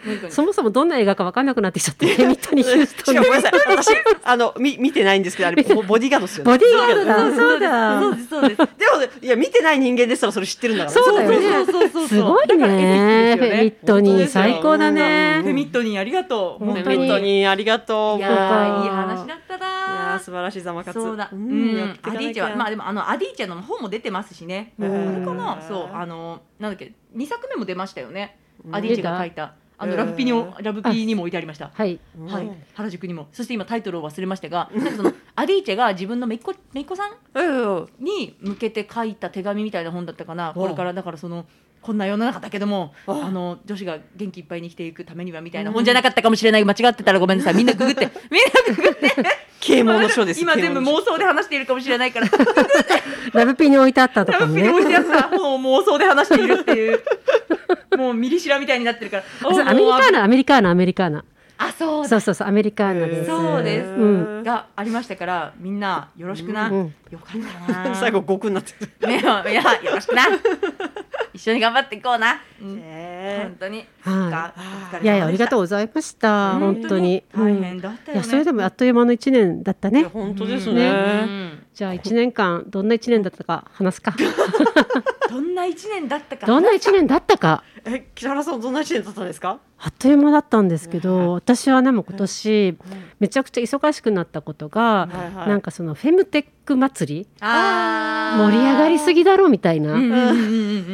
Speaker 2: もう一個に
Speaker 3: そもそもどんな映画か分かんなくなってきちゃ ってミッドニーヒュース
Speaker 4: し
Speaker 3: ト
Speaker 4: か
Speaker 3: ン
Speaker 4: も
Speaker 3: の
Speaker 4: ごめんなさい私あのみ見てないんですけどあ れボボディーガードですよね
Speaker 3: ボディーガ
Speaker 2: そう
Speaker 3: ードだそうだ
Speaker 2: そうですそうですそうです
Speaker 4: でもいや見てない人間ですらそれ知ってるんだから
Speaker 3: そうだよね
Speaker 2: そうそうそうそう
Speaker 3: すごい
Speaker 2: だから
Speaker 3: ね
Speaker 2: エ
Speaker 3: フ
Speaker 2: ミッ
Speaker 4: 本当
Speaker 3: ェミッド
Speaker 2: トですよ
Speaker 3: ニ
Speaker 4: で
Speaker 3: ー
Speaker 4: すよ
Speaker 3: 最高だ
Speaker 2: フ
Speaker 3: ね
Speaker 2: ェミットにありがとう
Speaker 3: 本
Speaker 4: 本
Speaker 3: 当に
Speaker 4: 当にありがとう
Speaker 2: いや
Speaker 4: もう
Speaker 2: ーいい話だった
Speaker 4: い
Speaker 2: な
Speaker 4: やー
Speaker 2: ー
Speaker 4: 素晴らしいざまかつ
Speaker 2: そうだ、う
Speaker 4: うん
Speaker 2: ん
Speaker 4: やって、
Speaker 2: ア
Speaker 4: か
Speaker 2: デ
Speaker 4: なきゃ
Speaker 2: ィーチはまあでもあのアディーチャの本も出てますしね
Speaker 4: うん
Speaker 2: あれかなそうあのなんだっけ二作目も出ましたよね
Speaker 4: うん
Speaker 2: アディーチェが書いたあのラブピにもラブピにも置いてありました
Speaker 3: はい
Speaker 4: うん
Speaker 2: はい、原宿にもそして今タイトルを忘れましたがなんかそのアディーチェが自分のめいっ子めいっ子さん
Speaker 4: うんうん
Speaker 2: に向けて書いた手紙みたいな本だったかなこれからだからそのこんな世の中だけども
Speaker 4: あ
Speaker 2: あの女子が元気いっぱいに生きていくためにはみたいな本じゃなかったかもしれない間違ってたらごめんなさいみんなググってみんなググって
Speaker 4: 啓蒙の書です
Speaker 2: 今
Speaker 4: 啓
Speaker 2: 全
Speaker 4: 蒙
Speaker 2: 部
Speaker 4: の書
Speaker 2: 妄想で話しているかもしれないから
Speaker 3: ラブピに置いてあったと
Speaker 2: ラ
Speaker 3: か
Speaker 2: ブ
Speaker 3: も
Speaker 2: ピに
Speaker 3: ね
Speaker 2: 置いてあった本を妄想で話しているっていうもうミリシラみたいになってるから
Speaker 3: そうアメリカーナアメリカーナアメリカーナ
Speaker 2: あそう
Speaker 3: そうそうそうアメリカーナです
Speaker 2: そうです
Speaker 3: うん
Speaker 2: がありましたからみんなよろしくな、
Speaker 3: うん
Speaker 2: よかった な
Speaker 4: 最後5句になってる
Speaker 2: ねいやよろしくな一緒に頑張っていこうな、うん
Speaker 4: ね
Speaker 2: 本当に、
Speaker 3: は
Speaker 2: そっか
Speaker 3: いやいやありがとう
Speaker 2: う
Speaker 3: ございました本当に
Speaker 2: 大
Speaker 3: うん
Speaker 2: 変だった
Speaker 3: い
Speaker 2: よね、
Speaker 3: やそれでもあっという間の一年だった
Speaker 4: え
Speaker 3: ね
Speaker 4: 本当です
Speaker 2: う
Speaker 4: ね
Speaker 2: ん
Speaker 3: じゃあ一年間どんな一年だったか話すか
Speaker 2: どんな一年だったか
Speaker 3: どんな一年だったか
Speaker 4: え北原さんどんな一年だったんですか
Speaker 3: あっという間だったんですけど私はねもう今年めちゃくちゃ忙しくなったことが
Speaker 4: はいはい
Speaker 3: なんかそのフェムテック祭り
Speaker 2: あー
Speaker 3: 盛り上がりすぎだろみたいな、
Speaker 2: うんうんうん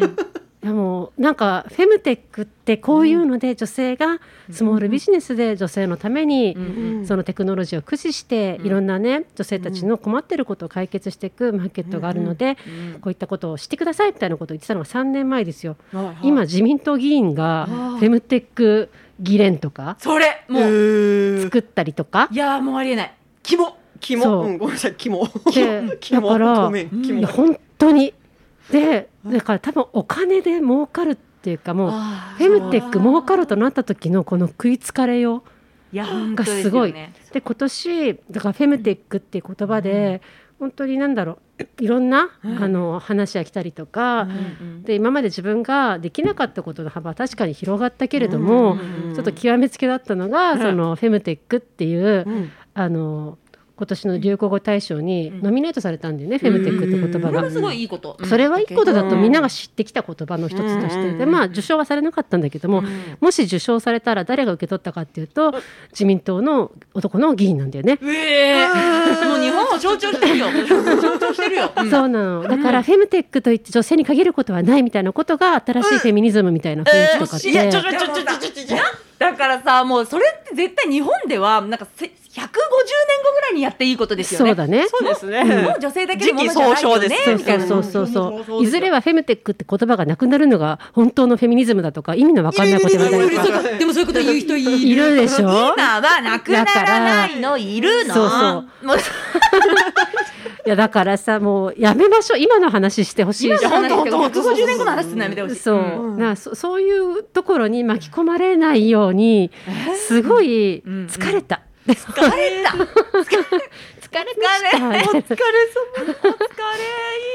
Speaker 2: うん
Speaker 3: でもなんかフェムテックってこういうので女性がスモールビジネスで女性のために
Speaker 2: うん
Speaker 4: うん
Speaker 3: そのテクノロジーを駆使して
Speaker 2: うん
Speaker 3: いろんなね女性たちの困ってることを解決していくマーケットがあるので
Speaker 2: うん
Speaker 3: こういったことをしてくださいみたいなことを言ってたのが3年前ですよ。
Speaker 4: はいはい
Speaker 3: 今自民党議員が
Speaker 2: あー
Speaker 3: フェムテック議連とか
Speaker 2: それもう、
Speaker 4: う
Speaker 3: 作ったりとか
Speaker 2: いやーもうありえないキモ
Speaker 4: キ
Speaker 3: そ
Speaker 4: モ
Speaker 3: う
Speaker 4: うんごめんなさいキモ
Speaker 3: で
Speaker 4: キモ
Speaker 3: だから
Speaker 4: ごめんキ
Speaker 3: い
Speaker 4: モ
Speaker 3: や本当にでだから多分お金で儲かるっていうかもう
Speaker 2: あ
Speaker 3: フ
Speaker 2: ー
Speaker 3: ェムテック儲かるとなった時のこの食いつかれよ
Speaker 2: いや本
Speaker 3: が
Speaker 2: 当です
Speaker 3: ごい
Speaker 2: よね
Speaker 3: で今年だからフェムテックっていう言葉で本当に何だろういろんな
Speaker 2: うん
Speaker 3: あの話が来たりとか
Speaker 2: うんうん
Speaker 3: で今まで自分ができなかったことの幅は確かに広がったけれども
Speaker 2: うん
Speaker 3: ちょっと極めつけだったのが
Speaker 4: うん
Speaker 3: そのフェムテックっていう
Speaker 4: うん
Speaker 3: あの今年の流行語大賞に
Speaker 2: うん
Speaker 3: ノミネートされたんだよねフェムテックって言葉
Speaker 2: これ
Speaker 3: が
Speaker 2: は。すごいいいこと、うん
Speaker 3: それはいいことだと
Speaker 4: うん
Speaker 3: みんなが知ってきた言葉の一つとし
Speaker 4: う
Speaker 3: て
Speaker 4: ん
Speaker 3: でまあ受賞はされなかったんだけどももし受賞されたら誰が受け取ったかっていうと自民党の男の議員なんだよね。
Speaker 2: うえー、もう日本を象徴してるよ。象徴してるよ。うん
Speaker 3: そうなのだからフェムテックといって女性に限ることはないみたいなことが新しいフェミニズムみたいな雰囲気とかっ
Speaker 4: いやちょ
Speaker 3: て
Speaker 4: ちょちょちょちょちょちょ
Speaker 2: だからさ、もうそれって絶対日本では、なんかせ150年後ぐらいにやっていいことですよ
Speaker 3: そ
Speaker 2: ね。
Speaker 3: うだね
Speaker 4: そうですね
Speaker 2: もう女性だけのものじゃないよ
Speaker 4: 時期尚早早
Speaker 3: そ
Speaker 2: ね
Speaker 4: 早
Speaker 3: う
Speaker 2: みた
Speaker 3: そ
Speaker 2: いうな。
Speaker 3: そうそう
Speaker 4: そうそう
Speaker 3: そ
Speaker 4: そう
Speaker 3: ういずれはフェムテックって言葉がなくなるのが本当のフェミニズムだとか意味のわかんないことになる
Speaker 4: いるいるいる
Speaker 3: と
Speaker 4: いる
Speaker 3: か
Speaker 2: そうかでもそういうこと言う人い
Speaker 3: い
Speaker 2: る。
Speaker 3: るでしょ
Speaker 2: 今はなくならないのいるの。
Speaker 3: そうそう
Speaker 2: もう
Speaker 3: いやだからさもうやめましょう今の話してほしい
Speaker 2: 今
Speaker 3: し
Speaker 2: の
Speaker 4: い
Speaker 2: 話
Speaker 4: や本当本当
Speaker 2: 150年後の話するのやめてほしい。
Speaker 3: そう、
Speaker 2: ん
Speaker 3: なそそういうところに巻き込まれないようにすごい
Speaker 2: うんうん
Speaker 3: 疲れた、
Speaker 2: 疲れた。疲れ
Speaker 3: 疲れ
Speaker 2: た。お疲れ様。お疲れいい
Speaker 3: い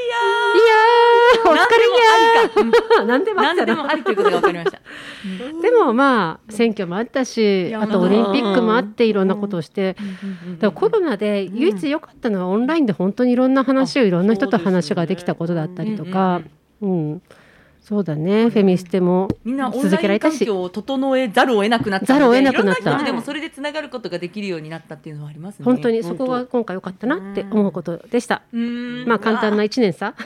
Speaker 3: やーお疲れに
Speaker 2: やー。何でもありか。うん
Speaker 3: ゃ 何でもあった
Speaker 2: 何で
Speaker 3: な
Speaker 2: もありということが分かりました。
Speaker 3: でもまあ選挙もあったし
Speaker 2: や
Speaker 3: あとオリンピックもあっていろんなことをして、だからコ
Speaker 2: の
Speaker 3: ロナで唯一良かったのはオンラインで本当にいろんな話をいろんな人と話ができたことだったりとか、うんそうだね、フェミステも
Speaker 2: みんなオン
Speaker 3: 続
Speaker 2: ラ
Speaker 3: けら
Speaker 2: イン
Speaker 3: れた
Speaker 2: 環
Speaker 3: し。
Speaker 2: 境を整えざるを得なくなったので
Speaker 3: ざるを得なくなった
Speaker 2: いろんな人とでもそれでつながることができるようになったっていうのはありますね
Speaker 3: 本当に
Speaker 4: 本
Speaker 3: そ
Speaker 4: 当
Speaker 3: こが今回良かったなって思うことでした。
Speaker 2: うーん
Speaker 3: まあ簡単な一年さ。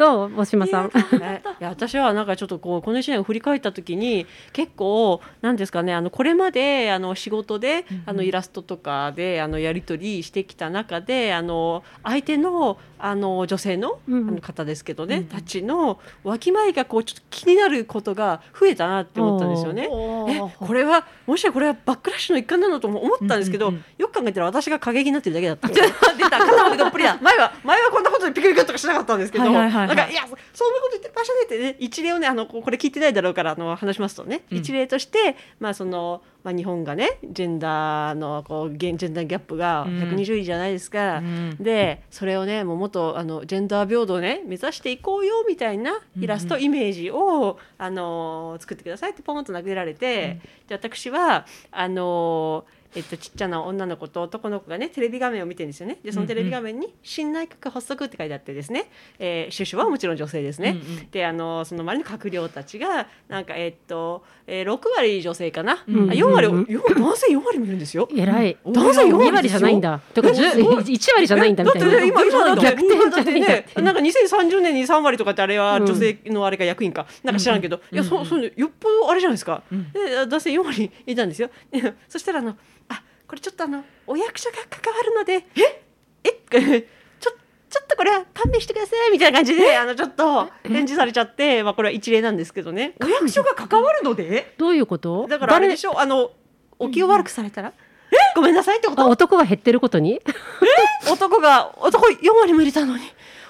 Speaker 3: どう大島さん。
Speaker 5: えいや私はなんかちょっとこうこの1年を振り返った時に結構なんですかねあのこれまであの仕事であのイラストとかであのやり取りしてきた中であの相手のあの女性のあ
Speaker 3: うん
Speaker 5: の方ですけどね、
Speaker 2: うん
Speaker 5: たちのわきまえがこうちょっと気になることが増えたなって思ったんですよね。えこれはもしかこれはバックラッシュの一環なのとも思ったんですけど、
Speaker 2: うんうん
Speaker 5: よく考えたら私が過激になってるだけだった。
Speaker 2: 出た肩までどっぷりだ
Speaker 5: 前は前はこんなことでピクピクとかしなかったんですけど、
Speaker 2: はいはいはいはい
Speaker 5: なんかいやそそんなこと言ってる場所ねってね一例をねあのここれ聞いてないだろうからあの話しますとね、
Speaker 2: うん
Speaker 5: 一例としてまあそのまあ日本がねジェンダーのこうゲンジェンダーギャップが
Speaker 2: うん
Speaker 5: 120位じゃないですか。
Speaker 2: うん
Speaker 5: でそれをねもうもっとあのジェンダー平等をね目指していこうよみたいなイラスト、
Speaker 2: うん
Speaker 5: イメージを、あのー作ってくださいってポンと投げられて、で私はあのーえっと、ちっちゃな女の子と男の子がねテレビ画面を見てるんですよねでそのテレビ画面に「新内閣発足」って書いてあってですね、えー首相はもちろん女性ですね、
Speaker 2: うんうん
Speaker 5: であのその周りの閣僚たちがなんかえっと、えー、6割女性かな、
Speaker 2: うんうん
Speaker 5: あ4割よ男性4割もいるんですよ。
Speaker 3: 偉い。
Speaker 5: 男性4
Speaker 3: 2
Speaker 5: 割で
Speaker 3: 割
Speaker 5: す
Speaker 3: じ
Speaker 5: よ
Speaker 3: ゃないんだ。とか
Speaker 5: ええ
Speaker 3: 10 1割じゃないんだみたい
Speaker 5: だって
Speaker 3: な。
Speaker 5: 今今だって
Speaker 3: 逆転じゃないんだ
Speaker 5: だ
Speaker 3: っ
Speaker 5: っててねなんか2030年に3割とかってあれは
Speaker 3: うん
Speaker 5: 女性のあれが役員か、なんか知らんけど、いや
Speaker 2: うんう
Speaker 5: そ
Speaker 2: ん
Speaker 5: そのよっぽどあれじゃないですか、
Speaker 2: うん
Speaker 5: で男性4割いたんですよそしたらあのあこれちょっとあのお役所が関わるのでえ えちょちょっとこれは勘弁してくださいみたいな感じであのちょっと返事されちゃって、まあ、これは一例なんですけどね
Speaker 2: お役所が関わるので
Speaker 3: どういうこと？
Speaker 5: だからあれでしょあのお気を悪くされたら、えごめんなさいってこ
Speaker 3: あ
Speaker 5: と
Speaker 3: 男が減ってることに
Speaker 5: 男が男4割も入れたのに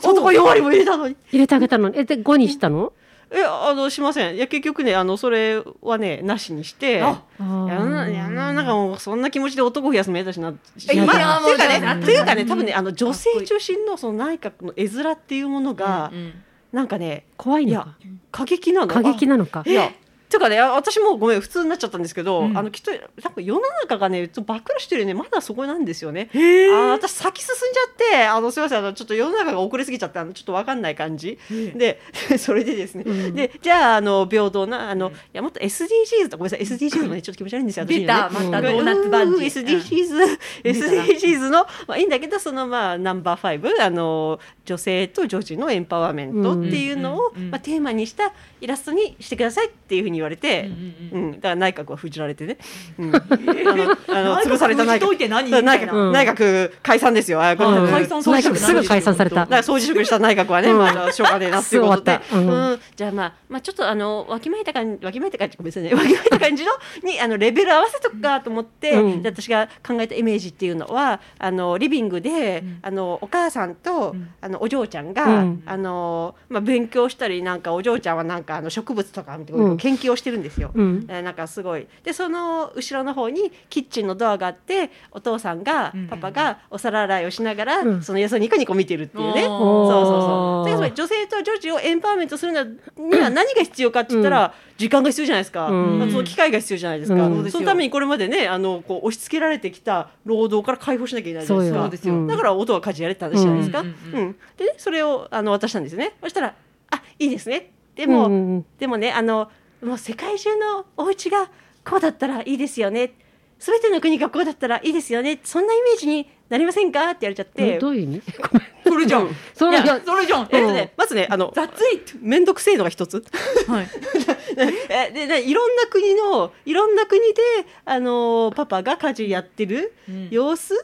Speaker 5: 男4割も入れたのに
Speaker 3: 入れてあげたのにえで5にしたの？
Speaker 5: えあのしませんいや結局ねあのそれはねなしにして
Speaker 2: あ
Speaker 5: いやな
Speaker 3: あ
Speaker 5: いやななんかもうそんな気持ちで男増やすの嫌だしなし
Speaker 2: いや
Speaker 5: ま
Speaker 2: いや
Speaker 5: あっていうか
Speaker 2: もうなん
Speaker 5: ね
Speaker 2: て
Speaker 5: っていうかね多分ね
Speaker 2: うん
Speaker 5: あの女性中心のその内閣の絵面っていうものが、
Speaker 2: うんうん
Speaker 5: なんかね
Speaker 3: 怖い
Speaker 5: い
Speaker 3: の
Speaker 5: や
Speaker 3: か。
Speaker 5: 過激なの
Speaker 3: 過激なのか
Speaker 5: あ。いやっていうかねあ私もごめん普通になっちゃったんですけど、
Speaker 2: うん
Speaker 5: あのきっと多分世の中がねちょっとバックラしてるねまだそこなんですよね
Speaker 2: へ
Speaker 5: あ私先進んじゃってあのすいませんあのちょっと世の中が遅れすぎちゃってあのちょっとわかんない感じ
Speaker 2: え
Speaker 5: で それでですね、
Speaker 3: うん
Speaker 5: でじゃああの平等なあの、
Speaker 2: うん
Speaker 5: いやもっと SDGs とごめんなさい SDGs もねちょっと気持ち悪いんですよ私
Speaker 2: 出
Speaker 5: には
Speaker 2: た
Speaker 5: ね。
Speaker 2: ま
Speaker 3: 私ね
Speaker 2: た
Speaker 5: ごめん
Speaker 2: ドーナツバンジ
Speaker 5: うー
Speaker 2: ー
Speaker 5: SDGs、
Speaker 2: 出たな
Speaker 5: SDGs の、まあ、いいんだけどそのまあナンバーファイブあの女性と女児のエンパワーメントっていうのを、
Speaker 2: うんうん
Speaker 5: まあ、テーマにしたイラストにしてくださいっていうふうに言われて、
Speaker 2: うん
Speaker 5: う
Speaker 2: うんん
Speaker 5: だから内閣は封じられてね、 うん、あのあの 潰された内
Speaker 2: 内閣封じと
Speaker 5: 閣
Speaker 2: いて何
Speaker 5: だから内
Speaker 2: みたい
Speaker 5: 閣、
Speaker 2: な
Speaker 3: うん
Speaker 5: 内閣解散ですよあこれ、
Speaker 3: うん
Speaker 2: 解散
Speaker 3: 内閣すぐ解散された
Speaker 5: だ。から総辞職した内閣はね、
Speaker 3: うん
Speaker 5: まだしょうがねえなっていうことで、
Speaker 3: すぐ終わったうん
Speaker 5: うんじゃあまあ、まあちょっとあの、わきまえた感じ、わきまえた感じ、ごめんなさいね、わきまえた感じの、に、あの、レベル合わせとくかと思って、
Speaker 3: うん
Speaker 5: で私が考えたイメージっていうのは、あの、リビングで、
Speaker 2: うん
Speaker 5: あの、お母さんと、
Speaker 2: うん
Speaker 5: あの、お嬢ちゃんが、
Speaker 3: うん
Speaker 5: あの、まあ勉強したり、なんか、お嬢ちゃんはなんか、あの、植物とか、
Speaker 3: うん
Speaker 5: 研究をしてるんですよ。
Speaker 3: うん。
Speaker 5: えーなんかすごいでその後ろの方にキッチンのドアがあってお父さんが、
Speaker 2: うん
Speaker 5: パパがお皿洗いをしながら、
Speaker 3: うん
Speaker 5: その様子をニコニコ見てるっていうねそう
Speaker 2: おー
Speaker 5: そうそう
Speaker 3: お
Speaker 5: だか
Speaker 3: ー
Speaker 5: らつまり女性と女児をエンパワーメントするのには何が必要かって言ったら、時間が必要じゃないですか、
Speaker 3: うん
Speaker 5: なんかその機会が必要じゃないですか、
Speaker 3: うんそう
Speaker 2: です
Speaker 5: そ
Speaker 2: よ
Speaker 5: のためにこれまでねあのこう押し付けられてきた労働から解放しなきゃいけないじゃないです
Speaker 2: そう
Speaker 5: か
Speaker 2: よですよ
Speaker 3: うん
Speaker 5: だから音は家事やれって話じゃないですか、
Speaker 2: う
Speaker 5: うんん
Speaker 2: うん
Speaker 5: でねそれをあの渡したんですよねそしたら「あいいですね」で
Speaker 3: うん
Speaker 5: も、
Speaker 3: うん
Speaker 5: でもねあのもう世界中のお家がこうだったらいいですよね全ての国がこうだったらいいですよねそんなイメージになりませんかって言われちゃって
Speaker 3: えどういう意味？ごめん。
Speaker 2: それじゃん
Speaker 3: そ
Speaker 5: い
Speaker 3: れ
Speaker 5: や
Speaker 3: いや
Speaker 2: それじゃん
Speaker 5: えっとねまずねあの
Speaker 2: 雑い
Speaker 5: 面倒くせえのが一つ
Speaker 2: はい
Speaker 5: えでねいろんな国のいろんな国であのパパが家事やってる
Speaker 2: うん
Speaker 5: 様子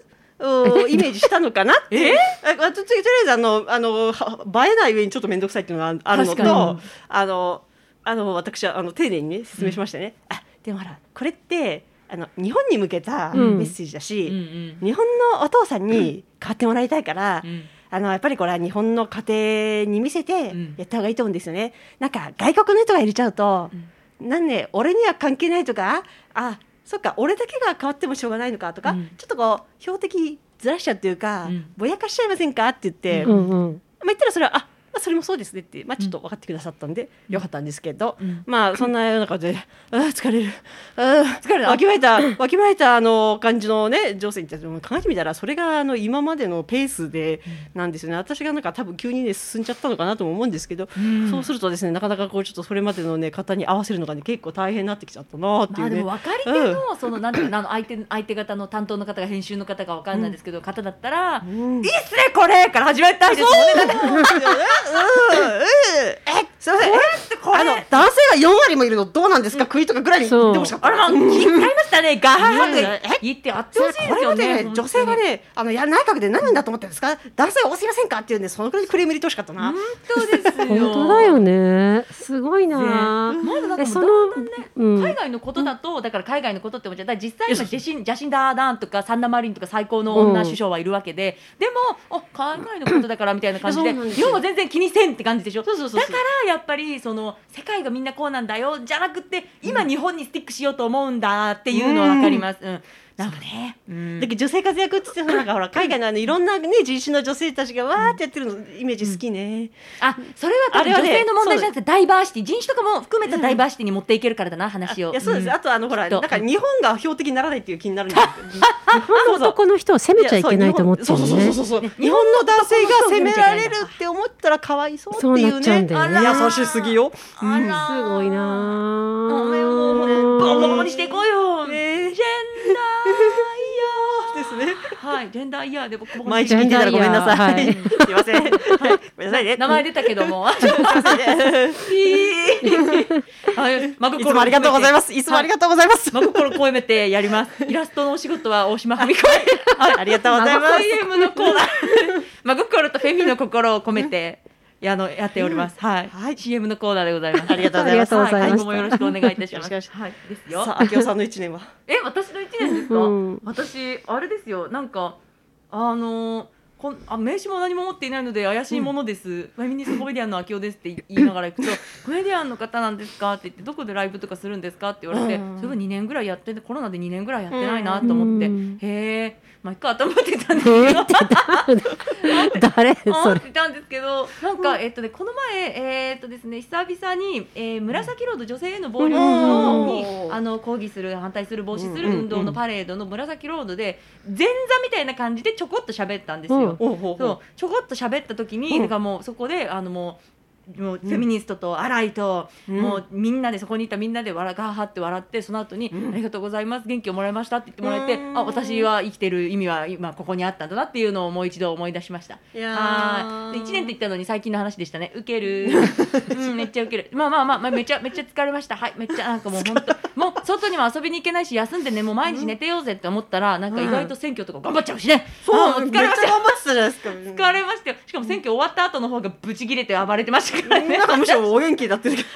Speaker 5: をイメージしたのかなって
Speaker 2: え
Speaker 5: あとととりあえずあのあのは映えない上にちょっと面倒くさいっていうのがあるの
Speaker 2: 確か
Speaker 5: とあのあの私はあの丁寧にね説明しましたね、あでもほらこれってあの日本に向けたメ
Speaker 3: うん
Speaker 5: ッセージだし、
Speaker 2: うんうん
Speaker 5: 日本のお父さんに買ってもらいたいから、
Speaker 2: うん
Speaker 5: あのやっぱりこれは日本の家庭に見せて
Speaker 2: うん
Speaker 5: やった方がいいと思うんですよね。なんか外国の人が入れちゃうと、なんね俺には関係ないとかあそっか俺だけが変わってもしょうがないのかとか、
Speaker 2: うん
Speaker 5: ちょっとこう標的ずらしちゃうというか、
Speaker 2: うん
Speaker 5: ぼやかしちゃいませんかって言って、
Speaker 3: うんうん。
Speaker 5: まあ、言ったらそれはあまあそれもそうですねって、まあ、ちょっと分かってくださったんで、よかったんですけど、
Speaker 2: うん
Speaker 5: まあそんなような感じで「あー疲れるあー疲れるわきまえたわきまえたあの感じのね女性に対しても考えてみたらそれがあの今までのペースでなんですよね私がなんか多分急にね進んじゃったのかなとも思うんですけど、
Speaker 2: ん
Speaker 5: そうするとですねなかなかこうちょっとそれまでのね方に合わせるのがね結構大変になってきちゃったなってい
Speaker 2: まあ
Speaker 5: う
Speaker 2: で
Speaker 5: ね。
Speaker 2: も分かり手の、そのなんていうかなあの相手相手方の担当の方が編集の方が分かんないですけど、方だったら、
Speaker 5: うん
Speaker 2: いいっすねこれから始めたいですもんね。だって
Speaker 5: えすいませんあの男性が4割もいるのどうなんですか国とかぐらいに言ってほしかった
Speaker 2: あらまあ気遣いましたね。ガハハと言ってあってほしいです
Speaker 5: これ
Speaker 2: よ
Speaker 5: は
Speaker 2: ね。
Speaker 5: ね女性がねあのいや内閣で何人だと思ってるんですか男性多すぎませんかっていうねそのくらいクレーム入れてほしかったな
Speaker 2: 本当ですよ。
Speaker 3: 本当だよね。すごいな。
Speaker 2: まだ
Speaker 3: え
Speaker 2: だからもう
Speaker 3: その
Speaker 2: だんだんね、
Speaker 3: うん
Speaker 2: 海外のことだとだから海外のことって思っちゃうだから実際今ジェシンジャシンダーダーンとかサンダマリンとか最高の女首相はいるわけで、でもあ海外のことだからみたいな感じで
Speaker 5: そうなんです
Speaker 2: 日
Speaker 5: よ
Speaker 2: 本は全然気にせんって感じでしょ
Speaker 5: そうそうそうそう
Speaker 2: だからやっぱりその世界がみんなこうなんだよじゃなくて今日本にスティックしようと思うんだっていうのは分かります。うんなんかね、うん
Speaker 5: だけど女性活躍って言ってなんかほら海外のあのいろんなね人種の女性たちがわーってやってるのイメージ好きね、
Speaker 2: あそれは多
Speaker 5: あ
Speaker 2: 分
Speaker 5: れは
Speaker 2: 女
Speaker 5: ね
Speaker 2: 性の問題じゃなくてダイバーシティ人種とかも含めたダイバーシティに持っていけるからだな話を。
Speaker 5: いやそうです、
Speaker 2: ん
Speaker 5: あとあのほら
Speaker 2: きっ
Speaker 5: な
Speaker 2: と
Speaker 5: んか日本が標的にならないっていう気になるんですよそうそう
Speaker 3: 男の人を責めちゃいけないと思ってる
Speaker 5: やそう
Speaker 3: の
Speaker 5: 日
Speaker 3: ね
Speaker 5: 本。そうそうそうそう日本の男性が責められるって思ったらかわいそうってい
Speaker 3: そうな
Speaker 5: う
Speaker 3: っちゃうん
Speaker 5: ね
Speaker 3: だよね
Speaker 5: いや優しすぎよ、
Speaker 2: あらー
Speaker 3: すごいな。
Speaker 2: おめもうボコボコにしていこうよ。ジェンダーイヤ
Speaker 5: ですね
Speaker 2: ー。はい、ジェンダーイヤーでボコボコに
Speaker 5: 毎
Speaker 2: し
Speaker 5: 日聞い
Speaker 2: て。
Speaker 5: てたらごめんなさい、
Speaker 3: は い
Speaker 5: すいません、はい、ごめんなさいね
Speaker 2: 名前出たけ ども。あ、ちょっと
Speaker 5: すいませんね
Speaker 2: はい真
Speaker 5: い
Speaker 2: 心
Speaker 5: つもありがとうございます。いつもありがとうございます。
Speaker 2: 真心を込めてやります。イラストのお仕事は大島はみこ。はい
Speaker 5: ありがとうございます
Speaker 2: 真心 M のコーナ ー。真心とフェミの心を込めて。やのやっております。はい。CM のコーナーでございます。
Speaker 5: ありがとうございます
Speaker 3: ありがとうございました
Speaker 2: 今後もよろしくお願いいたします。
Speaker 5: よろしくお
Speaker 2: はい。ですよ。
Speaker 5: さあ、秋夫さんの一年は。
Speaker 2: え私の一年ですか、
Speaker 3: うん
Speaker 2: 私あれですよなんかあのーこんあ名刺も何も持っていないので怪しいものです、フェミニストコメディアンの秋夫ですって言いながら 行くとコメディアンの方なんですかって言ってどこでライブとかするんですかって言われて、
Speaker 5: うん
Speaker 2: それが2年ぐらいやっててコロナで2年ぐらいやってないなと思って、
Speaker 3: うん
Speaker 2: へえ毎回頭打ってたんですけ
Speaker 3: え
Speaker 2: ど
Speaker 3: ーって誰誰
Speaker 2: 思
Speaker 3: そ
Speaker 2: っ
Speaker 3: れ。
Speaker 2: てたんですけど、なんか、えっとね、この前、えっとですね、久々に、えー、紫ロード女性への暴力運動に
Speaker 5: う。ん
Speaker 2: あの、抗議する、反対する、防止す
Speaker 5: う
Speaker 2: る
Speaker 5: んうんうん
Speaker 2: 運動のパレードの紫ロードで。前座みたいな感じで、ちょこっと喋ったんです
Speaker 3: う
Speaker 2: よ
Speaker 3: ん。
Speaker 5: おうほう
Speaker 2: そう、ちょこっと喋った時に、なんかもう、そこで、あの、もう。もうフェミニストとアライと、もうみんなでそこにいたみんなで笑ガーハって笑ってその後に、ありがとうございます元気をもらいましたって言ってもらえて、
Speaker 5: うん
Speaker 2: あ私は生きてる意味は今ここにあったんだなっていうのをもう一度思い出しました。
Speaker 5: いや
Speaker 2: はい。で一年って言ったのに最近の話でしたね。受け る。うん、めっちゃ受ける。まあまあまあまあめちゃめちゃ疲れました。はい、めっちゃなんかもう本当もう外にも遊びに行けないし休んでねもう毎日寝てようぜって思ったらなんか意外と選挙とか頑張っちゃうしね。あーもう疲れました。
Speaker 5: 頑張ってたじゃないですか。
Speaker 2: 疲れましたよ。しかも選挙終わった後の方がブチ切れて暴れてましたからね。
Speaker 5: なんかむしろお元気だってるけど。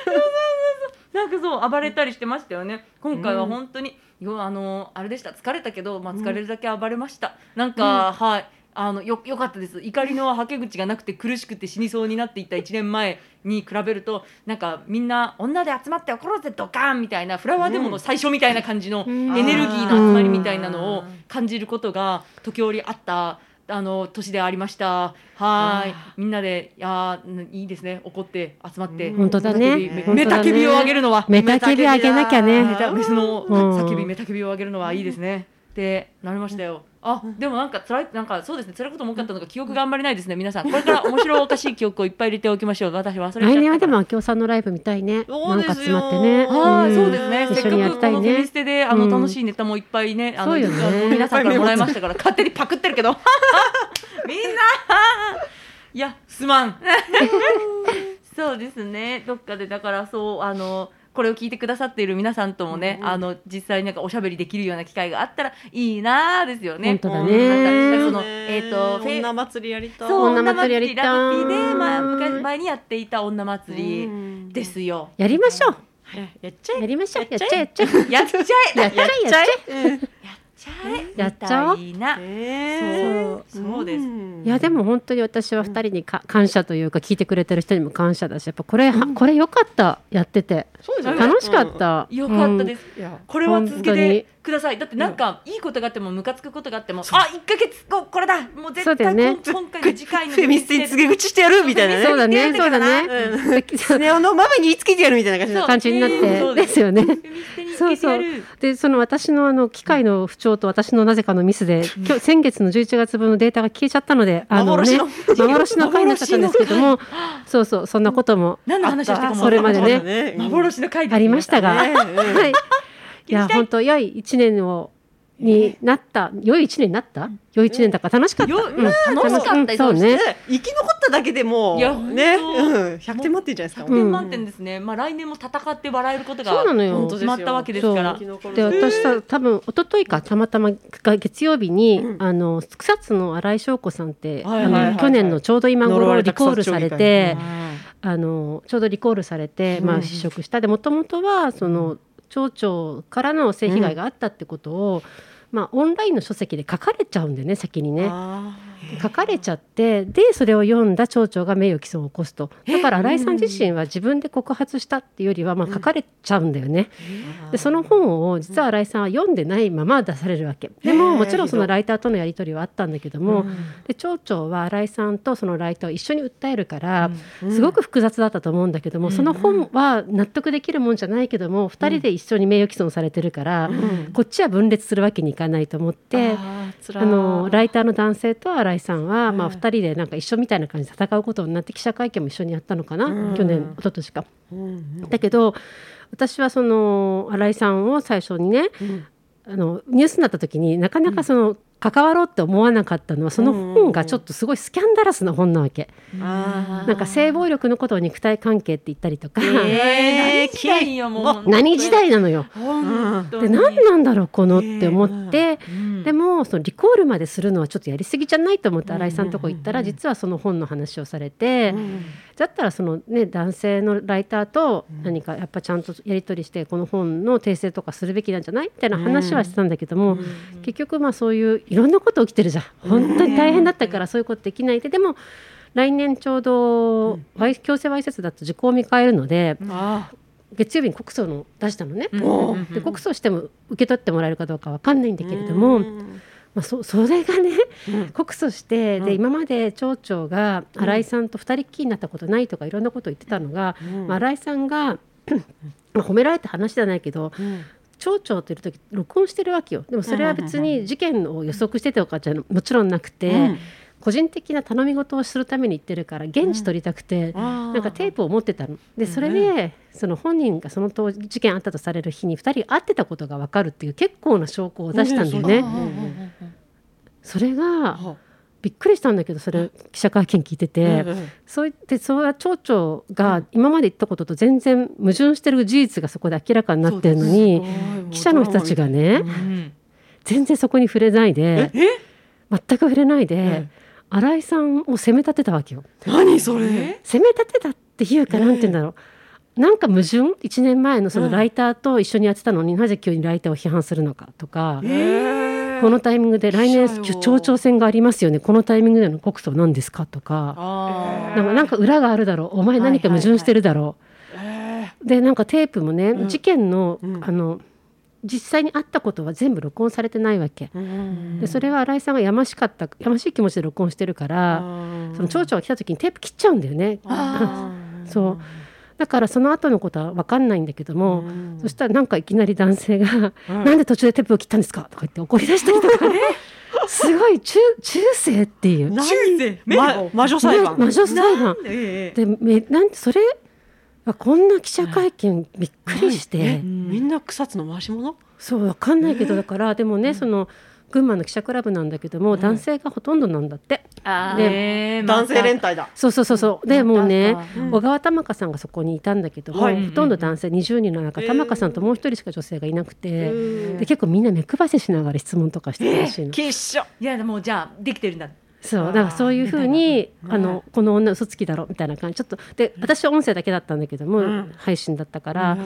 Speaker 2: なんかそう暴れたりしてましたよね。今回は本当に、よあのあれでした疲れたけどまあ疲れるだけ暴れました。なんか、はい。あのよよかったです怒りのはけ口がなくて苦しくて死にそうになっていた1年前に比べるとなんかみんな女で集まって怒ろうぜドカーンみたいなフラワーデモの最初みたいな感じのエ
Speaker 3: ん
Speaker 2: ネルギーの集まりみたいなのを感じることが時折あったあの年でありましたはーいみんなでいやーうんいいですね怒って集まって
Speaker 3: 本当だね
Speaker 2: 雄たけび
Speaker 5: 本
Speaker 2: め
Speaker 3: 当だね
Speaker 2: たけびを上げるのは
Speaker 3: メタケビあげなきゃね。
Speaker 2: メタメスの
Speaker 3: うん
Speaker 2: 叫びメタケビを上げるのはいいですね。ってなりましたよ。あでもなんか辛いなんかそうですね辛いことも多かったのが記憶があんまりないですね皆さんこれから面白おかしい記憶をいっぱい入れておきましょう私忘れちゃったから
Speaker 3: 来年はでも明夫さんのライブ見たいね。
Speaker 5: そ
Speaker 3: な
Speaker 5: うんで
Speaker 3: か
Speaker 5: す
Speaker 3: 集
Speaker 5: よ
Speaker 3: まってね。
Speaker 2: はい、
Speaker 3: ん
Speaker 2: そうですね。
Speaker 3: 一
Speaker 2: せ
Speaker 3: 緒にやり
Speaker 2: っかくこ
Speaker 3: たい
Speaker 2: のフェミ
Speaker 3: ね
Speaker 2: ス。テで、あの、
Speaker 3: うん
Speaker 2: 楽しいネタもいっぱいね、あの、
Speaker 3: そうよ
Speaker 2: 実は
Speaker 3: ね
Speaker 2: 皆さんからもらいましたから、勝手にパクってるけど。 みんな。 いや、すま ん。そうですね。どっかで、だから、そう、あの。これを聞いてくださっている皆さんともね、あの実際になんかおしゃべりできるような機会があったらいいなあですよね。
Speaker 3: 本当だね
Speaker 2: うんなんかそのえっ、とフェ
Speaker 5: 女祭りやりたい。
Speaker 2: そう
Speaker 3: 女祭りやりたい
Speaker 2: 女祭りラッピーで、まあ、昔前にやっていた女祭りですよ。
Speaker 3: やりましょう。
Speaker 5: やっちゃ
Speaker 3: やりましょう。やっちゃ
Speaker 5: え。
Speaker 3: えやっちゃ
Speaker 2: やっちゃえ
Speaker 3: え。やっちゃえやっちゃえ。
Speaker 2: シャレ
Speaker 3: やっちゃおう
Speaker 2: みたいな
Speaker 5: ね
Speaker 2: そうそうです
Speaker 5: ん
Speaker 3: いやでも本当に私は2人にか感謝というか聞いてくれてる人にも感謝だしやっぱこれ,、はこれよかったやってて
Speaker 5: そうですよね
Speaker 3: 楽しかった、
Speaker 2: よかった
Speaker 3: うん
Speaker 2: です、
Speaker 5: うんいや
Speaker 2: これは続け
Speaker 3: 本当に
Speaker 2: てくださいだってなんかいいことがあってもムカつくことがあってもあ一ヶ月後これだもう絶
Speaker 3: そうだよ
Speaker 2: 対
Speaker 3: ね
Speaker 2: こん今回の次回の
Speaker 4: フェミストに告げ口してやるみたいなね
Speaker 3: そうだねそうだね
Speaker 4: ねスネ夫のママに言いつけてやるみたいな感じだ
Speaker 2: そう
Speaker 3: 感じになって
Speaker 2: そう
Speaker 3: ですよね
Speaker 2: フェミステにつけてやる
Speaker 3: でその私のあの機械の不調と私のなぜかのミスで今日先月の11月分のデータが消えちゃったのであの、
Speaker 4: 幻
Speaker 3: ね
Speaker 4: の、
Speaker 3: 幻の回になっちゃったんですけどもそうそうそんなことも
Speaker 2: 何の話をしてかも
Speaker 3: それまでね
Speaker 4: そうだね
Speaker 2: 幻の回
Speaker 3: ありましたが、
Speaker 4: ねうん
Speaker 3: はい、いや本当良い一年をになった良い一年になった良い一年だから楽しかった、
Speaker 2: よ
Speaker 3: うん
Speaker 2: 楽しかった
Speaker 3: うんそうね
Speaker 4: ね生き残っただけでも
Speaker 2: いや
Speaker 4: うね、
Speaker 2: 本当
Speaker 4: うん、100点満点じゃないですか
Speaker 2: 100
Speaker 3: うん
Speaker 2: 点満点ですね、まあ来年も戦って笑えることが
Speaker 3: そうなのよ
Speaker 2: 本当ですよ決まったわけですから
Speaker 3: で私さ多分一昨日かたまたま月曜日に、
Speaker 4: うん
Speaker 3: あの草津の新井翔子さんって、
Speaker 4: はいはいはいはい
Speaker 3: あの去年のちょうど今
Speaker 4: 呪わ
Speaker 3: 頃
Speaker 4: れた
Speaker 3: リコールされ
Speaker 4: 草津町議会
Speaker 3: てあのちょうどリコールされて、
Speaker 4: う
Speaker 3: ま
Speaker 4: ん
Speaker 3: あ、失職したでもともとはその町長からの性被害があったってことを、まあ、オンラインの書籍で書かれちゃうんだよね先にね。
Speaker 4: あ
Speaker 3: 書かれちゃってでそれを読んだ町長が名誉毀損を起こすとだから新井さん自身は自分で告発したっていうよりは、まあ、書かれちゃうんだよね。
Speaker 4: ー
Speaker 3: でその本を実は新井さんは読んでないまま出されるわけで
Speaker 4: へ
Speaker 3: も
Speaker 4: ー
Speaker 3: もちろんそのライターとのやり取りはあったんだけども、で町長は新井さんとそのライターを一緒に訴えるから、すごく複雑だったと思うんだけども、その本は納得できるもんじゃないけども、二人で一緒に名誉毀損されてるから、こっちは分裂するわけにいかないと思って。
Speaker 4: あー辛い
Speaker 3: あのライターの男性と新井さんは、まあ、2人でなんか一緒みたいな感じで戦うことになって記者会見も一緒にやったのかな、去年一昨年か。だけど私はその新井さんを最初にね、あのニュースになった時になかなかその、関わろうって思わなかったのはその本がちょっとすごいスキャンダラスな本なわけ、
Speaker 4: あー
Speaker 3: なんか性暴力のことを肉体関係って言ったりとか、
Speaker 2: えー、何時代よもう
Speaker 3: 何時代なのよ
Speaker 2: 本当
Speaker 3: で
Speaker 2: に
Speaker 3: 何なんだろうこのって思って、
Speaker 2: うん
Speaker 3: でもそのリコールまでするのはちょっとやりすぎじゃないと思って新井さんのとこ行ったら実はその本の話をされて、だったらその、ね、男性のライターと何かやっぱちゃんとやり取りしてこの本の訂正とかするべきなんじゃないみたいな話はしてたんだけども、結局まあそういういろんなこと起きてるじゃん本当に大変だったからそういうことできないででも来年ちょうどわい強制わいせつだと時効を迎えるので
Speaker 4: あ
Speaker 3: 月曜日に告訴の出したのね。
Speaker 2: うん
Speaker 4: もう
Speaker 2: うん
Speaker 3: で告訴しても受け取ってもらえるかどうかわかんないんだけれども、まあ、そ それがね、告訴して、で今まで町長が新井さんと二人っきりになったことないとかいろんなことを言ってたのが、まあ、新井さんがまあ褒められた話じゃないけど、町長といる時録音してるわけよでもそれは別に事件を予測してたとかじゃもちろんなくて、個人的な頼み事をするために行ってるから現地取りたくて、なんかテープを持ってたのでそれでその本人がその当時事件あったとされる日に2人会ってたことが分かるっていう結構な証拠を出したんだよね。それがびっくりしたんだけどそれ記者会見聞いてて、そう言ってそれは町長が今まで言ったことと全然矛盾してる事実がそこで明らかになってるのに記者の人たちがね
Speaker 2: うん
Speaker 3: 全然そこに触れないで全く触れないで新井さんを責め立てたわけよ。
Speaker 4: 何それ
Speaker 3: 責め立てたっていうか、なんて言うんだろうなんか矛盾1年前のそのライターと一緒にやってたのに、なぜ急にライターを批判するのかとか、このタイミングで来年町長選がありますよねこのタイミングでの告訴なんですかとか
Speaker 2: あ
Speaker 3: なんかなんか裏があるだろうお前何か矛盾してるだろう、でなんかテープもね、事件の,、あの実際にあったことは全部録音されてないわけ、でそれは新井さんがやましかったやましい気持ちで録音してるから、その町長が来た時にテープ切っちゃうんだよね。 そうだからその後のことは分かんないんだけども、そしたらなんかいきなり男性が「なんで途中でテープを切ったんですか?」とか言って怒り出したりとか、すごい中中世っていう
Speaker 4: 中
Speaker 2: 世
Speaker 4: ま魔女裁判
Speaker 3: ね魔女裁判
Speaker 2: あええ
Speaker 3: でめなんそれあこんな記者会見びっくりして、
Speaker 4: えみんな草津の回し者
Speaker 3: そう分かんないけどだからでもね、その群馬の記者クラブなんだけども、男性がほとんどなんだって。
Speaker 2: あ
Speaker 3: で
Speaker 2: ええまた
Speaker 4: 男性連帯だ
Speaker 3: そうそうそうそうでもうね
Speaker 2: なんか
Speaker 3: 小川玉香さんがそこにいたんだけども、
Speaker 4: はい
Speaker 3: ほとんど男性20人の中玉香さんともう一人しか女性がいなくて、で結構みんな目配せしながら質問とかしてるらしいの、
Speaker 4: きっしょ
Speaker 2: いやもうじゃあできてるんだ
Speaker 3: そうだからそういうふうにあのこの女嘘つきだろみたいな感じちょっとで私は音声だけだったんだけども、配信だったから、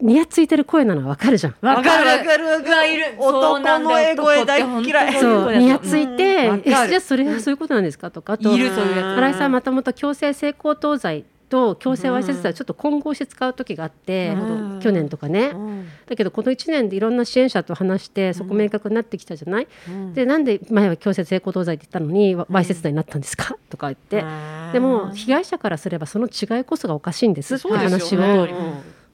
Speaker 3: ニヤついてる声なのはわかるじゃん。
Speaker 2: わ
Speaker 5: わかるわ
Speaker 2: かる
Speaker 5: かるわ
Speaker 2: うわ
Speaker 5: か
Speaker 2: いる
Speaker 5: る男のエゴ
Speaker 2: そう
Speaker 5: え
Speaker 2: なんだ
Speaker 5: 大
Speaker 2: よ男って
Speaker 5: 嫌い
Speaker 2: 本
Speaker 3: そうニヤついて、
Speaker 2: うんわ
Speaker 3: えじ
Speaker 2: かる
Speaker 3: ゃあそれはそういうことなんですかとかあと
Speaker 2: いるそういうや
Speaker 3: 新井さんはまともと強制性交等罪と強制わいせつ罪をちょっと混合して使う時があって、
Speaker 5: うん
Speaker 3: 去年とかね、
Speaker 5: うん
Speaker 3: だけどこの1年でいろんな支援者と話してそこ明確になってきたじゃない、
Speaker 5: うん
Speaker 3: でなんで前は強制性交等罪って言ったのにわわいせつ罪になったんですかとか言って。でも被害者からすればその違いこそがおかしいんですって
Speaker 5: そうです
Speaker 3: 話
Speaker 5: よ
Speaker 3: を
Speaker 5: ね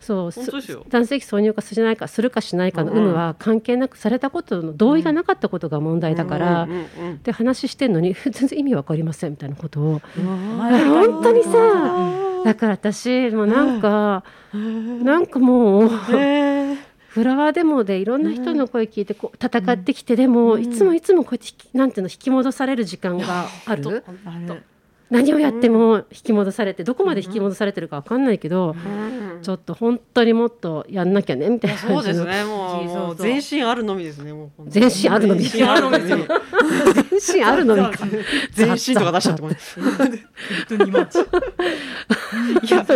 Speaker 3: そう,、
Speaker 5: うん
Speaker 3: す
Speaker 5: 本当ですよ
Speaker 3: 男性器挿入かしないかするかしないかの有無は関係なくされたことの同意がなかったことが問題だから、
Speaker 5: うんうん
Speaker 3: で話してんのに 全然意味わかりませんみたいなことを
Speaker 5: うん
Speaker 3: 本当にさだから私もうなんかなんかもう
Speaker 5: へー
Speaker 3: フラワーデモでいろんな人の声聞いてこう戦ってきてでもいつもいつもこうやって引きなんていうの引き戻される時間がある何をやっても引き戻されてどこまで引き戻されてるかわかんないけど
Speaker 5: うん
Speaker 3: ちょっと本当にもっとやんなきゃねみたいな
Speaker 5: そう
Speaker 3: 感
Speaker 5: で
Speaker 3: じ
Speaker 5: す
Speaker 3: の
Speaker 5: ね。もう
Speaker 2: そうそう
Speaker 5: もう全身あるのみですね。もう本当
Speaker 3: 全
Speaker 5: に
Speaker 3: 身あるのみ
Speaker 5: 全身あるのみですよ。
Speaker 3: 全身あるのにか
Speaker 5: 全身とか出しちゃ っても。
Speaker 2: 当にマジ
Speaker 5: いやいや本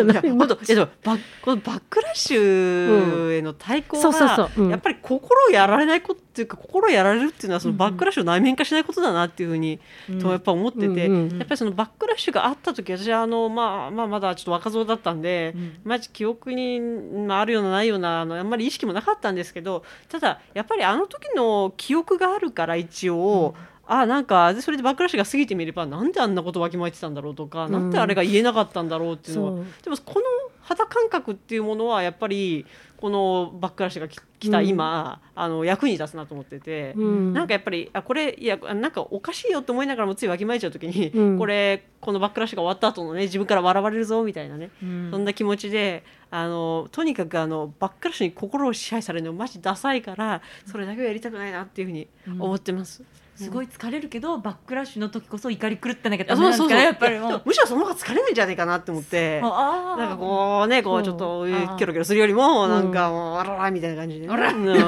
Speaker 5: 当えでもバッこのバックラッシュへの対抗
Speaker 3: そうそうそ
Speaker 5: が
Speaker 3: ううん
Speaker 5: やっぱり心をやられないことっていうか心をやられるっていうのはそのバックラッシュを内面化しないことだなっていうふうにとやっぱ思ってて
Speaker 3: うん
Speaker 5: やっ
Speaker 3: うん
Speaker 5: ぱりそのバックラッシュがあった時私はあのまあまあまだちょっと若造だったんで
Speaker 2: うん
Speaker 5: まじ記憶にまああるようなないようなあのあんまり意識もなかったんですけどただやっぱりあの時の記憶があるから一応。あなんかそれでバックラッシュが過ぎてみればなんであんなことわきまえてたんだろうとか、なんであれが言えなかったんだろうっていうのは
Speaker 3: そう
Speaker 5: でもこの肌感覚っていうものはやっぱりこのバックラッシュがき来た今、あの役に立つなと思ってて、
Speaker 3: うん
Speaker 5: なんかやっぱりあこれいやなんかおかしいよと思いながらもついわきまえちゃう時に、
Speaker 3: うん
Speaker 5: これこのバックラッシュが終わった後のね自分から笑われるぞみたいなね、そんな気持ちであのとにかくあのバックラッシュに心を支配されるのマジダサいからそれだけはやりたくないなっていうふうに思ってます。
Speaker 2: すごい疲れるけどバックラッシュの時こそ怒り狂ってなきゃ
Speaker 5: いや
Speaker 2: ダメなんですかねやっぱ
Speaker 5: い
Speaker 2: り
Speaker 5: や
Speaker 2: もう
Speaker 5: むしろその方が疲れるんじゃないかなって思って。
Speaker 2: もうあー
Speaker 5: なんかこうねこ
Speaker 3: う
Speaker 5: うんちょっとキ
Speaker 2: あー
Speaker 5: ョロキョロするよりも
Speaker 3: ん
Speaker 5: なんかもうあららみたいな感じでね。
Speaker 2: あら
Speaker 5: うんうわ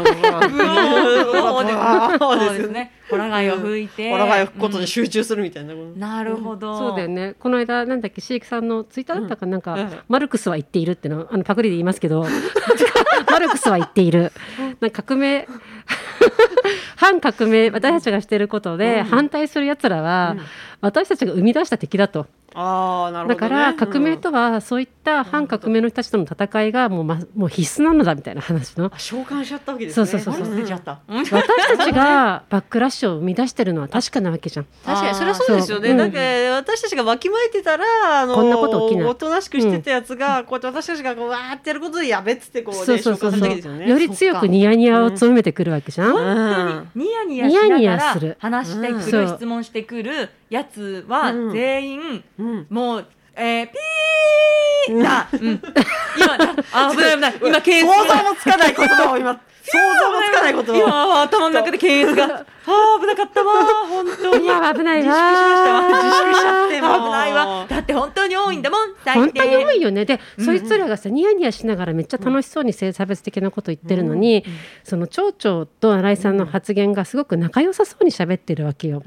Speaker 5: ー
Speaker 2: そう
Speaker 5: そう
Speaker 2: で
Speaker 5: ですすね。
Speaker 2: ね。ホラ貝を吹いて。
Speaker 5: お腹を拭くことに
Speaker 2: う
Speaker 5: 集中するみたいな。
Speaker 2: んなるほど。
Speaker 3: そうだよ
Speaker 2: ね。
Speaker 3: ねこの間なんだっけ飼育さんのツイッターだったかなんか、
Speaker 5: うん
Speaker 3: マルクスは言っているってのあのパクリで言いますけど マルクスは言っているなんか革命 反革命私たちがしてることで反対するやつらは、私たちが生み出した敵だと、
Speaker 5: ああなる
Speaker 3: だ
Speaker 5: ほど
Speaker 3: か
Speaker 5: ね。
Speaker 3: ら革命
Speaker 5: うん
Speaker 3: とはそういった反革命の人たちとの戦いがもう,、ま、もう必須なのだみたいな話の
Speaker 5: あ召喚しちゃったわけですね。
Speaker 3: そうそうそうそう
Speaker 5: あれ捨てちゃった。
Speaker 3: 私たちがバックラッシュを生み出してるのは確かなわけじゃん。
Speaker 5: 確かにそれはそうですよ
Speaker 3: あ
Speaker 5: ね。
Speaker 3: ー
Speaker 5: なんか私たちがわきまえてたらあの
Speaker 3: こんなこと起きない
Speaker 5: おとなしくしてたやつがこうやって私たちがこうわーってやることでやべっつってこうね
Speaker 3: そうそ
Speaker 5: 召
Speaker 3: う
Speaker 5: 喚
Speaker 3: そ
Speaker 5: する
Speaker 3: うそ
Speaker 5: わ
Speaker 3: う、
Speaker 5: けですよね。
Speaker 3: より強くニヤニヤを詰めてくるわけじゃ
Speaker 5: う
Speaker 3: ん。
Speaker 5: ん
Speaker 2: ニヤニヤし
Speaker 3: ニヤニ
Speaker 2: な
Speaker 3: ヤ
Speaker 2: が
Speaker 3: す
Speaker 2: ら
Speaker 3: る
Speaker 2: 話してく
Speaker 3: う
Speaker 2: る
Speaker 3: んそう
Speaker 2: 質問してくるやつは
Speaker 5: うん
Speaker 2: 全員
Speaker 5: うん
Speaker 2: もうえーピーだ。うん今だあ危ない危ない。今ケース
Speaker 5: 想像もつかない言葉を 今想像もつかないことを。
Speaker 2: 今頭の中でケースがあー危なかったわー本当
Speaker 3: い
Speaker 2: に。
Speaker 3: や危ないわ
Speaker 5: 自粛しちゃってもう
Speaker 2: 危ないわ。だって本当に多いんだもん。最
Speaker 3: 本
Speaker 2: 低
Speaker 3: 当に多いよねで、そいつらがさニヤニヤしながらめっちゃ楽しそうに性差別的なこと言ってるのに、その町長と新井さんの発言がすごく仲良さそうに喋ってるわけよ。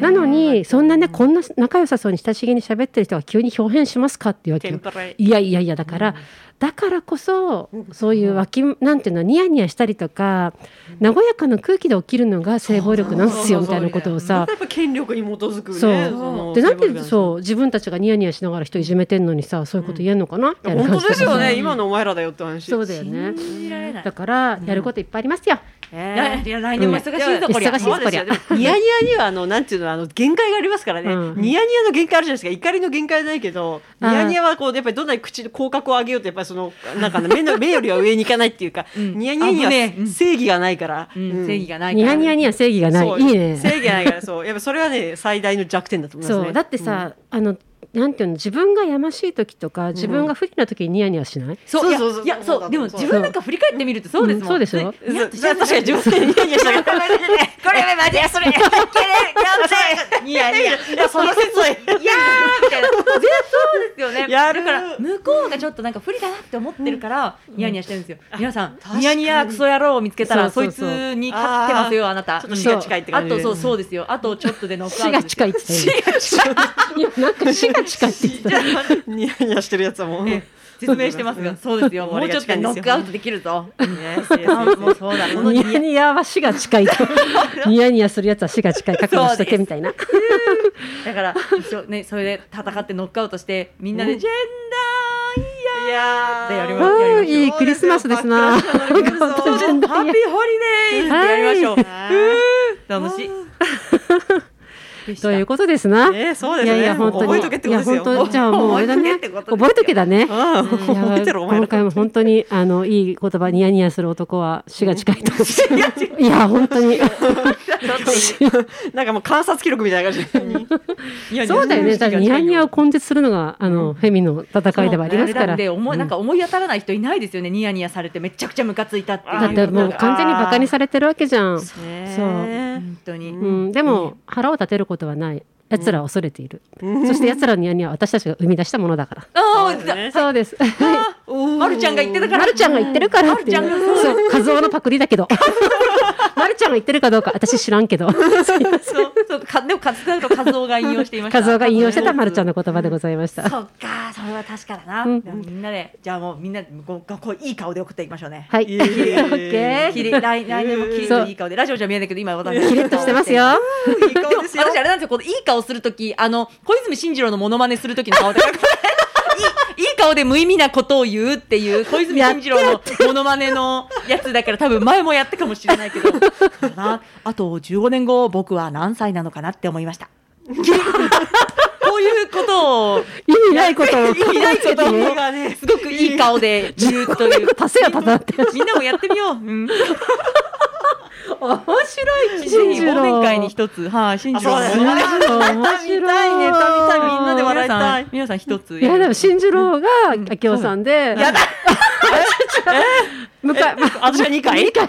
Speaker 3: なのにそんなねこんな仲良さそうに親しげに喋ってる人が急に表変しますかっていうわけ
Speaker 5: テ
Speaker 3: よ
Speaker 5: ン。パレ
Speaker 3: いやいやいやだから、だからこそそういうわきなんていうのニヤニヤしたりとか和やかな空気で起きるのが性暴力なんすよみたいなことをさ
Speaker 5: やっぱ権力に基づくね
Speaker 3: そう
Speaker 5: の
Speaker 3: でなん
Speaker 5: 性暴
Speaker 3: で
Speaker 5: 力
Speaker 3: そう自分たちがニヤニヤしながら人いじめてんのにさそういうこと言えんのかな、み
Speaker 5: い
Speaker 3: た
Speaker 5: や
Speaker 3: いな
Speaker 5: 本
Speaker 3: 感
Speaker 5: 当
Speaker 3: じ
Speaker 5: ですよ
Speaker 3: さ
Speaker 5: ね今のお前らだよって話
Speaker 3: そうだよね
Speaker 2: 信じられない。
Speaker 3: だからやることいっぱいありますよ、
Speaker 2: 来
Speaker 5: ええ
Speaker 2: 来来年も忙しいぞ、
Speaker 3: うん
Speaker 2: こりゃ。
Speaker 3: 忙しい
Speaker 5: そうで
Speaker 3: ぞ
Speaker 5: すよでもニヤニヤにはあのなんていうのあの限界がありますからね、
Speaker 3: うん
Speaker 5: ニヤニヤの限界あるじゃないですか怒りの限界はないけど
Speaker 3: あ
Speaker 5: ニ
Speaker 3: ー
Speaker 5: ヤニヤはこうやっぱりどんなに口口角を上げようとやっぱりそのなんかね目の目よりは上に行かないっていうか、
Speaker 2: うん
Speaker 5: ニヤニヤに
Speaker 2: 危ねえうん
Speaker 5: は正義がないから、
Speaker 2: うん
Speaker 5: うん
Speaker 2: 正義がない
Speaker 3: ニ
Speaker 2: から
Speaker 3: ヤニヤには正義がない
Speaker 5: そう
Speaker 3: いいね
Speaker 5: 正義がないからそうやっぱそれはね最大の弱点だと思いますね
Speaker 3: そうだってさ、あのなんていうの自分がやましい時とか自分が不利な時にニヤニヤしない、
Speaker 2: そういや
Speaker 5: そうそうそう
Speaker 2: いや
Speaker 5: そう
Speaker 2: そ
Speaker 5: だ
Speaker 2: うでも
Speaker 5: そう
Speaker 2: 自分なんか振り返ってみるとそうですもん、
Speaker 3: うんそうでしょ
Speaker 2: いや
Speaker 5: そう確かに自分でニヤニヤしながら
Speaker 2: これはマジやそれやけれや いやいや
Speaker 5: いやその説 はい
Speaker 2: やーみたいな絶対そうですよね
Speaker 5: やる
Speaker 2: だから向こうがちょっとなんか不利だなって思ってるからニヤニヤしてるんですよ皆さん
Speaker 5: 確かに
Speaker 2: ニヤニヤクソ野郎を見つけたらそ
Speaker 3: そう
Speaker 2: い
Speaker 3: そうそう
Speaker 2: つに勝ってますよあなた
Speaker 5: ちょっと死が近いって
Speaker 2: あ
Speaker 5: 感じで
Speaker 2: とそうそうですよあとちょっとでノックア
Speaker 3: 死
Speaker 2: ウト
Speaker 3: が
Speaker 2: です
Speaker 3: 近いって言ったよ今いやなんか死が近いって言ってた
Speaker 5: ニヤニヤしてるやつはもう。説明してますが、
Speaker 2: そうですよ。もうちょっとノックアウトできるぞ。あもうそうだ。この
Speaker 3: ニヤニヤは死が 近いとニヤニヤするやつは死が近い覚悟しとけみたいな
Speaker 2: だから、そうね、それで戦ってノックアウトして、みんなでジェンダーイ
Speaker 5: いや
Speaker 2: でやりま
Speaker 3: あ
Speaker 5: そう
Speaker 3: ーいい
Speaker 5: ですよ
Speaker 3: クリスマスですな
Speaker 5: バックラッシュの
Speaker 3: 本当にジェンダ
Speaker 2: ヤーハッ
Speaker 3: ー
Speaker 2: ピ
Speaker 3: イ
Speaker 2: ー
Speaker 3: ヤ
Speaker 2: ホリデーってやりましょう。楽しい。で し
Speaker 3: ー
Speaker 2: た
Speaker 3: ということですな、
Speaker 5: ね、そうです
Speaker 3: い
Speaker 5: ね。
Speaker 3: やいや本当に
Speaker 5: 覚えとけってことですよ。
Speaker 3: いや本当じゃあもうあれだね
Speaker 5: 覚えとけってことですよ
Speaker 3: 覚えとけだね
Speaker 5: うん
Speaker 3: いや
Speaker 5: 覚えてろお前
Speaker 3: 今
Speaker 5: ら
Speaker 3: 回も本当にあのいい言葉ニヤニヤする男は死が近いといや本当に
Speaker 5: なんかもう観察記録みたいな感じ。
Speaker 3: そうだよねだからニヤニヤを根絶するのがあの、フェミの戦いではありますか
Speaker 2: もう
Speaker 3: ら
Speaker 2: あれなんで思いなんか思い当たらない人いないですよね。ニヤニヤされてめちゃくちゃムカついたっていう。
Speaker 3: だってもう完全にバカにされてるわけじゃん、
Speaker 5: ね
Speaker 2: 本当に。
Speaker 3: うん、でも腹を立てることはない奴らを恐れている、そして奴らのニヤニヤは私たちが生み出したものだから
Speaker 2: ああ、
Speaker 5: ね
Speaker 3: そう です。は
Speaker 2: まるちゃんが言ってた
Speaker 3: い
Speaker 2: から。
Speaker 3: まるちゃんが言ってるからっていう。
Speaker 2: まるちゃん
Speaker 3: そう、カズオのパクリだけど。 まるちゃんが言ってるかどうか、私知らんけ ど。
Speaker 2: そう、そう、か、でも、かつ、かずおが引用していました。
Speaker 3: カズオが引用してたまるちゃんの言葉でございました。
Speaker 2: そっか、それは確かだな。
Speaker 3: うん
Speaker 2: でもみんなで、じゃあもうみんなでごごこういい顔で送っていきましょ うね。
Speaker 3: はい。キ
Speaker 2: オッケー。キリ来来年もキリ
Speaker 3: そ
Speaker 2: の
Speaker 3: う
Speaker 2: いい顔でラジオじゃ見えないけど今私
Speaker 3: リッとしてますよ。
Speaker 5: いい
Speaker 2: でも
Speaker 5: 顔です
Speaker 2: 私
Speaker 5: よ
Speaker 2: あ。れなんですよこのいい顔するときあの小泉進次郎のモノマネするときの 顔でいいいい顔で無意味なことを言うっていう小泉進次郎のモノマネのやつだから多分前もやったかもしれないけどだなあと15年後僕は何歳なのかなって思いま した。こういうことを
Speaker 3: 意味ないことを
Speaker 2: 意味ないこ
Speaker 3: 考えて
Speaker 2: と
Speaker 3: ね
Speaker 2: がねすごくいい顔で言うという
Speaker 3: 足せや足さんって。
Speaker 2: みんなもやってみよう。うん
Speaker 3: 面白
Speaker 2: ぜひ忘年会に一つ、はい、新次郎
Speaker 5: あ
Speaker 2: の
Speaker 5: そう
Speaker 2: モノマネ
Speaker 3: 面
Speaker 5: 見
Speaker 3: 白い。
Speaker 5: たいね見たいみんなで笑いたい
Speaker 2: 皆さん皆さん一つ
Speaker 3: いやでも新次郎が
Speaker 2: ん
Speaker 3: 明夫さんで、 やだ。向かい、ま
Speaker 5: 私が2回
Speaker 3: 二回、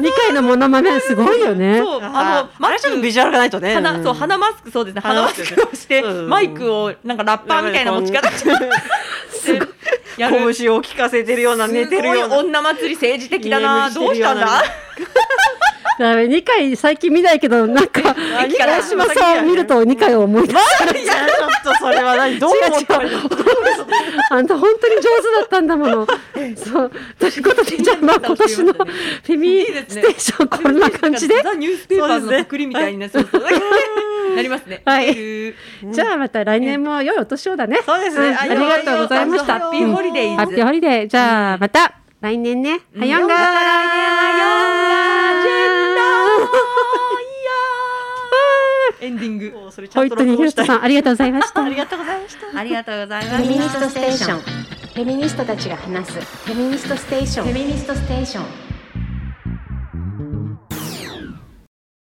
Speaker 3: 二回のモノマネすごいよね。
Speaker 2: そうあ
Speaker 5: あ
Speaker 2: の
Speaker 5: の、マ
Speaker 2: マ
Speaker 5: ル
Speaker 2: ス
Speaker 5: ちゃんの
Speaker 2: ク
Speaker 5: ビジュアルがないとね。
Speaker 2: 鼻そう鼻マスクそうですね鼻
Speaker 5: 鼻
Speaker 2: マ
Speaker 5: マ
Speaker 2: ス
Speaker 5: スク
Speaker 2: クをして
Speaker 5: うん
Speaker 2: マイクをなんかラッパーみたいな持ち方して やる
Speaker 5: 拳を効かせてるような寝てるよう
Speaker 2: すご
Speaker 5: な。
Speaker 2: い女祭り政治的だな
Speaker 5: ゲー
Speaker 2: ど
Speaker 5: ム
Speaker 2: う
Speaker 5: してるよ
Speaker 2: した
Speaker 5: うんな
Speaker 2: だ
Speaker 3: ダメ二回最近見ないけどなんか
Speaker 5: 二回
Speaker 3: 川島さんを見ると二回思い出す。
Speaker 5: いやちょっとそれは 何どう思ったの
Speaker 3: あんた本当に上手だったんだもの。そう。ということでじゃあまあ今年のフェミステーションこんな感じで。
Speaker 2: ザニュースペーパーズのパクリみたいになそうそうなりますね
Speaker 3: はい
Speaker 2: とう
Speaker 3: じゃあまた来年も良いお年をだね。
Speaker 5: そうですね
Speaker 3: んありがとうございました。
Speaker 2: ハッピーホリデイズ
Speaker 3: ハッピーホリデー。じゃあまた来年ね。はよんがー。
Speaker 2: また来年は
Speaker 3: よんがー。
Speaker 2: エンディング
Speaker 5: それちゃ
Speaker 3: 本
Speaker 5: んと
Speaker 3: 当に
Speaker 5: 録
Speaker 3: ヒ
Speaker 5: 音
Speaker 3: ロ
Speaker 5: した
Speaker 3: ト
Speaker 5: い。
Speaker 3: さんありがとうございました。
Speaker 2: ありがとうござい
Speaker 1: フ
Speaker 2: ま
Speaker 1: ェミニ
Speaker 2: し
Speaker 1: ス
Speaker 2: た
Speaker 1: トステーションフェミニストたちが話すフェミニストステーションフェミニストステーション